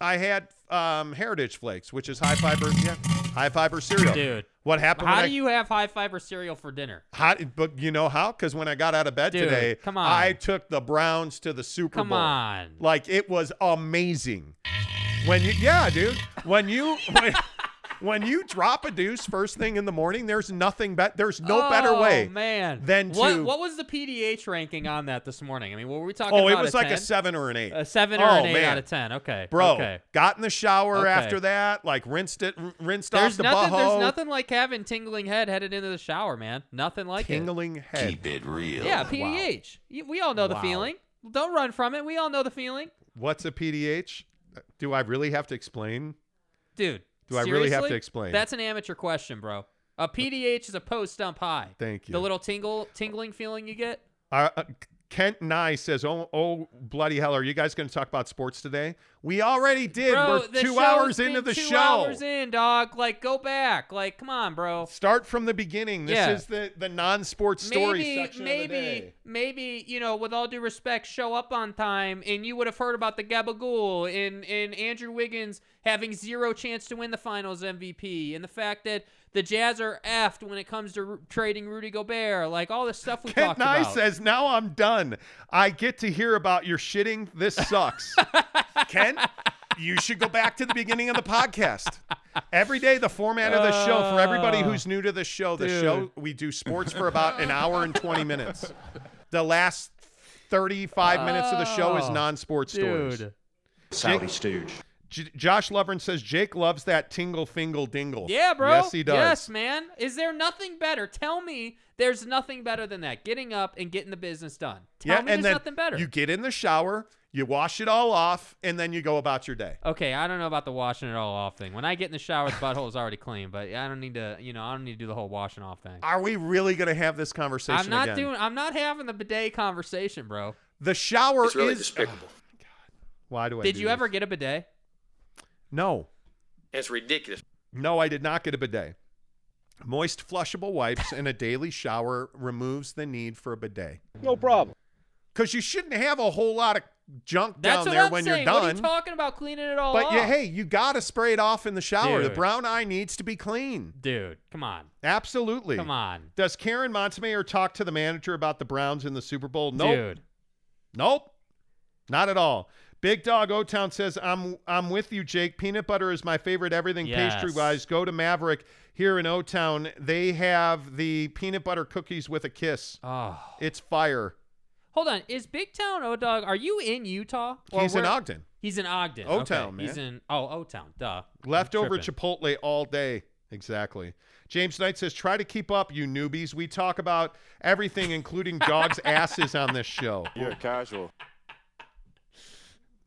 Speaker 1: I had um, Heritage Flakes, which is high fiber, yeah, high fiber cereal.
Speaker 4: Dude.
Speaker 1: what happened?
Speaker 4: How
Speaker 1: when
Speaker 4: do
Speaker 1: I-
Speaker 4: you have high fiber cereal for dinner?
Speaker 1: How, but you know how? Because when I got out of bed
Speaker 4: Dude,
Speaker 1: today,
Speaker 4: come on.
Speaker 1: I took the Browns to the Super
Speaker 4: Come
Speaker 1: Bowl.
Speaker 4: on.
Speaker 1: like it was amazing. When you, yeah, dude, when you when, when you drop a deuce first thing in the morning, there's nothing bet. There's no better
Speaker 4: Oh,
Speaker 1: way,
Speaker 4: man.
Speaker 1: than
Speaker 4: what,
Speaker 1: to.
Speaker 4: what was the PDH ranking on that this morning? I mean, what were we talking
Speaker 1: oh,
Speaker 4: about?
Speaker 1: it was
Speaker 4: a
Speaker 1: like a
Speaker 4: 10?
Speaker 1: seven or an eight.
Speaker 4: A seven or
Speaker 1: Oh,
Speaker 4: an eight
Speaker 1: man.
Speaker 4: out of ten. Okay,
Speaker 1: Bro,
Speaker 4: okay.
Speaker 1: got in the shower
Speaker 4: Okay.
Speaker 1: after that, like rinsed it, r- rinsed
Speaker 4: There's
Speaker 1: off the
Speaker 4: nothing.
Speaker 1: butthole.
Speaker 4: There's nothing like having tingling head headed into the shower, man. Nothing like
Speaker 1: Tingling head. Keep
Speaker 2: it real.
Speaker 4: it. Yeah, PDH. You- We all know the
Speaker 1: Wow.
Speaker 4: feeling. Don't run from it. We all know the feeling,
Speaker 1: What's a PDH? Do I really have to explain?
Speaker 4: dude.
Speaker 1: Do I really have to
Speaker 4: seriously?
Speaker 1: explain?
Speaker 4: That's an amateur question, bro. A PDH is a post dump high.
Speaker 1: Thank you.
Speaker 4: The little tingle, tingling feeling you get.
Speaker 1: Uh, uh, Kent Nye says, "Oh, oh, bloody hell! Are you guys going to talk about sports today? We already did.
Speaker 4: Bro,
Speaker 1: We're
Speaker 4: the
Speaker 1: two
Speaker 4: show's
Speaker 1: hours
Speaker 4: been
Speaker 1: into the
Speaker 4: two
Speaker 1: show.
Speaker 4: hours in, dog. Like, go back. Like, come on, bro.
Speaker 1: Start from the beginning. This
Speaker 4: Yeah.
Speaker 1: is the the non-sports story section
Speaker 4: maybe,
Speaker 1: of the day.
Speaker 4: Maybe, you know, with all due respect, show up on time, and you would have heard about the Gabagool and and Andrew Wiggins having zero chance to win the Finals MVP, and the fact that the Jazz are effed when it comes to ru- trading Rudy Gobert, like all this stuff we
Speaker 1: Kent
Speaker 4: talked
Speaker 1: Nye
Speaker 4: about.
Speaker 1: says, "Now I'm done. I get to hear about your shitting. This sucks." Kent, you should go back to the beginning of the podcast. Every day, the format of the show for everybody who's new to the show. The
Speaker 4: Oh. Dude.
Speaker 1: show we do sports for about an hour and twenty minutes. The last thirty-five minutes of the show is
Speaker 4: Oh,
Speaker 1: non-sports stories.
Speaker 4: dude.
Speaker 1: Saudi
Speaker 15: stooge.
Speaker 1: J- Josh Lovren says Jake loves that tingle fingle dingle.
Speaker 4: Yeah, bro.
Speaker 1: Yes, he does.
Speaker 4: Yes, man. Is there nothing better? Tell me there's nothing better than that. Getting up and getting the business done.
Speaker 1: yeah,
Speaker 4: Tell me
Speaker 1: and
Speaker 4: there's
Speaker 1: then
Speaker 4: nothing better.
Speaker 1: you get in the shower, you wash it all off, and then you go about your day.
Speaker 4: Okay, I don't know about the washing it all off thing. When I get in the shower, the butthole is already clean, but I don't need to, you know, I don't need to do the whole washing off thing.
Speaker 1: Are we really going to have this conversation
Speaker 4: I'm not
Speaker 1: again?
Speaker 4: doing. I'm not having the bidet conversation, bro.
Speaker 1: the shower
Speaker 4: It's really
Speaker 1: is
Speaker 15: despicable.
Speaker 1: Why do I?
Speaker 4: Did
Speaker 1: do
Speaker 4: you
Speaker 1: this?
Speaker 4: ever get a bidet?
Speaker 1: No,
Speaker 15: It's ridiculous.
Speaker 1: no, I did not get a bidet. Moist, flushable wipes and a daily shower removes the need for a bidet.
Speaker 5: No problem.
Speaker 1: Because you shouldn't have a whole lot of junk down
Speaker 4: That's what
Speaker 1: there
Speaker 4: I'm
Speaker 1: when
Speaker 4: saying.
Speaker 1: you're done.
Speaker 4: What are you talking about cleaning it all
Speaker 1: But
Speaker 4: off?
Speaker 1: yeah, hey, you gotta spray it off in the shower. The
Speaker 4: Dude.
Speaker 1: brown eye needs to be clean.
Speaker 4: dude, come on,
Speaker 1: Absolutely.
Speaker 4: come on,
Speaker 1: Does Karen Montemayor talk to the manager about the Browns in the Super Bowl? Nope.
Speaker 4: dude.
Speaker 1: Nope. Not at all. Big Dog O Town says, I'm I'm with you, Jake. Peanut butter is my favorite everything
Speaker 4: Yes.
Speaker 1: pastry wise. Go to Maverick here in O Town. They have the peanut butter cookies with a kiss.
Speaker 4: Oh,
Speaker 1: It's fire.
Speaker 4: hold on. Is Big Town O Dog? Are you in Utah? Or
Speaker 1: He's in
Speaker 4: where-
Speaker 1: Ogden.
Speaker 4: He's in Ogden. Okay,
Speaker 1: O-town, man.
Speaker 4: He's in oh O Town. Duh. I'm
Speaker 1: Leftover
Speaker 4: tripping.
Speaker 1: Chipotle all day. Exactly. James Knight says, try to keep up, you newbies. We talk about everything, including dogs' asses on this show.
Speaker 15: You're casual.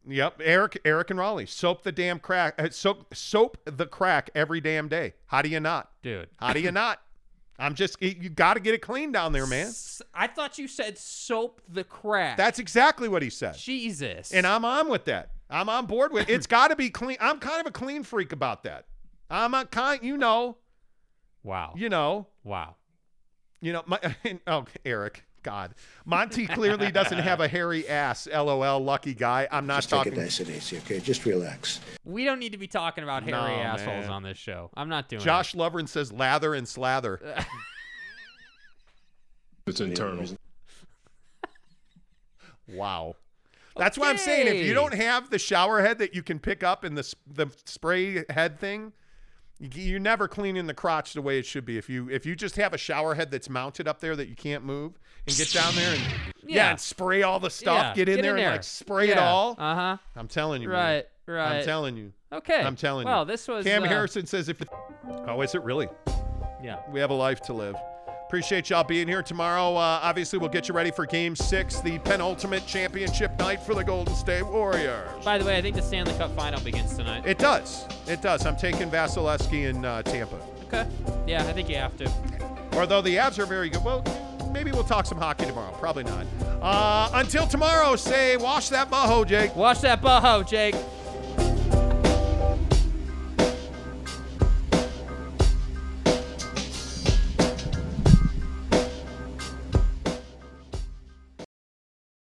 Speaker 1: Yep. Eric, Eric and Raleigh. Soap the damn crack. uh, soap, soap the crack every damn day. How do you not?
Speaker 4: dude.
Speaker 1: How do you not? I'm just, you- you got to get it clean down there, man.
Speaker 4: S- I thought you said soap the crack.
Speaker 1: That's exactly what he said.
Speaker 4: Jesus.
Speaker 1: And I'm on with that. I'm on board with It's got to be clean. I'm kind of a clean freak about that. I'm a kind, you know,
Speaker 4: wow.
Speaker 1: you know.
Speaker 4: Wow.
Speaker 1: You know, my oh Eric, God, Monty clearly doesn't have a hairy ass. LOL, lucky guy. I'm not talking.
Speaker 16: and easy, okay? Just relax.
Speaker 4: We don't need to be talking about hairy
Speaker 1: No,
Speaker 4: assholes
Speaker 1: man.
Speaker 4: on this show. I'm not doing
Speaker 1: Josh Lovren says lather and slather.
Speaker 5: It's internal.
Speaker 1: wow. That's why I'm saying if you don't
Speaker 4: Okay.
Speaker 1: have the shower head that you can pick up and the s- the spray head thing, you- you're never cleaning the crotch the way it should be. If you if you just have a shower head that's mounted up there that you can't move and get down there and yeah,
Speaker 4: Yeah.
Speaker 1: and spray all the stuff,
Speaker 4: Yeah,
Speaker 1: get in
Speaker 4: get in
Speaker 1: there and
Speaker 4: there.
Speaker 1: like spray it
Speaker 4: Yeah,
Speaker 1: all.
Speaker 4: uh-huh.
Speaker 1: I'm telling you, man.
Speaker 4: Right, right.
Speaker 1: I'm telling you.
Speaker 4: Okay.
Speaker 1: I'm telling you.
Speaker 4: Well, this was,
Speaker 1: Cam
Speaker 4: uh,
Speaker 1: Harrison says if the Oh, is it really?
Speaker 4: it. Yeah.
Speaker 1: We have a life to live. Appreciate y'all being here tomorrow. Uh, obviously, we'll get you ready for Game Six, the penultimate championship night for the Golden State Warriors.
Speaker 4: By the way, I think the Stanley Cup final begins tonight.
Speaker 1: It does. It does. I'm taking Vasilevsky in uh, Tampa.
Speaker 4: okay. Yeah, I think you have to.
Speaker 1: Although the Avs are very good. Well, maybe we'll talk some hockey tomorrow. Probably not. Uh, until tomorrow, say, wash that boho, Jake.
Speaker 4: Wash that boho, Jake.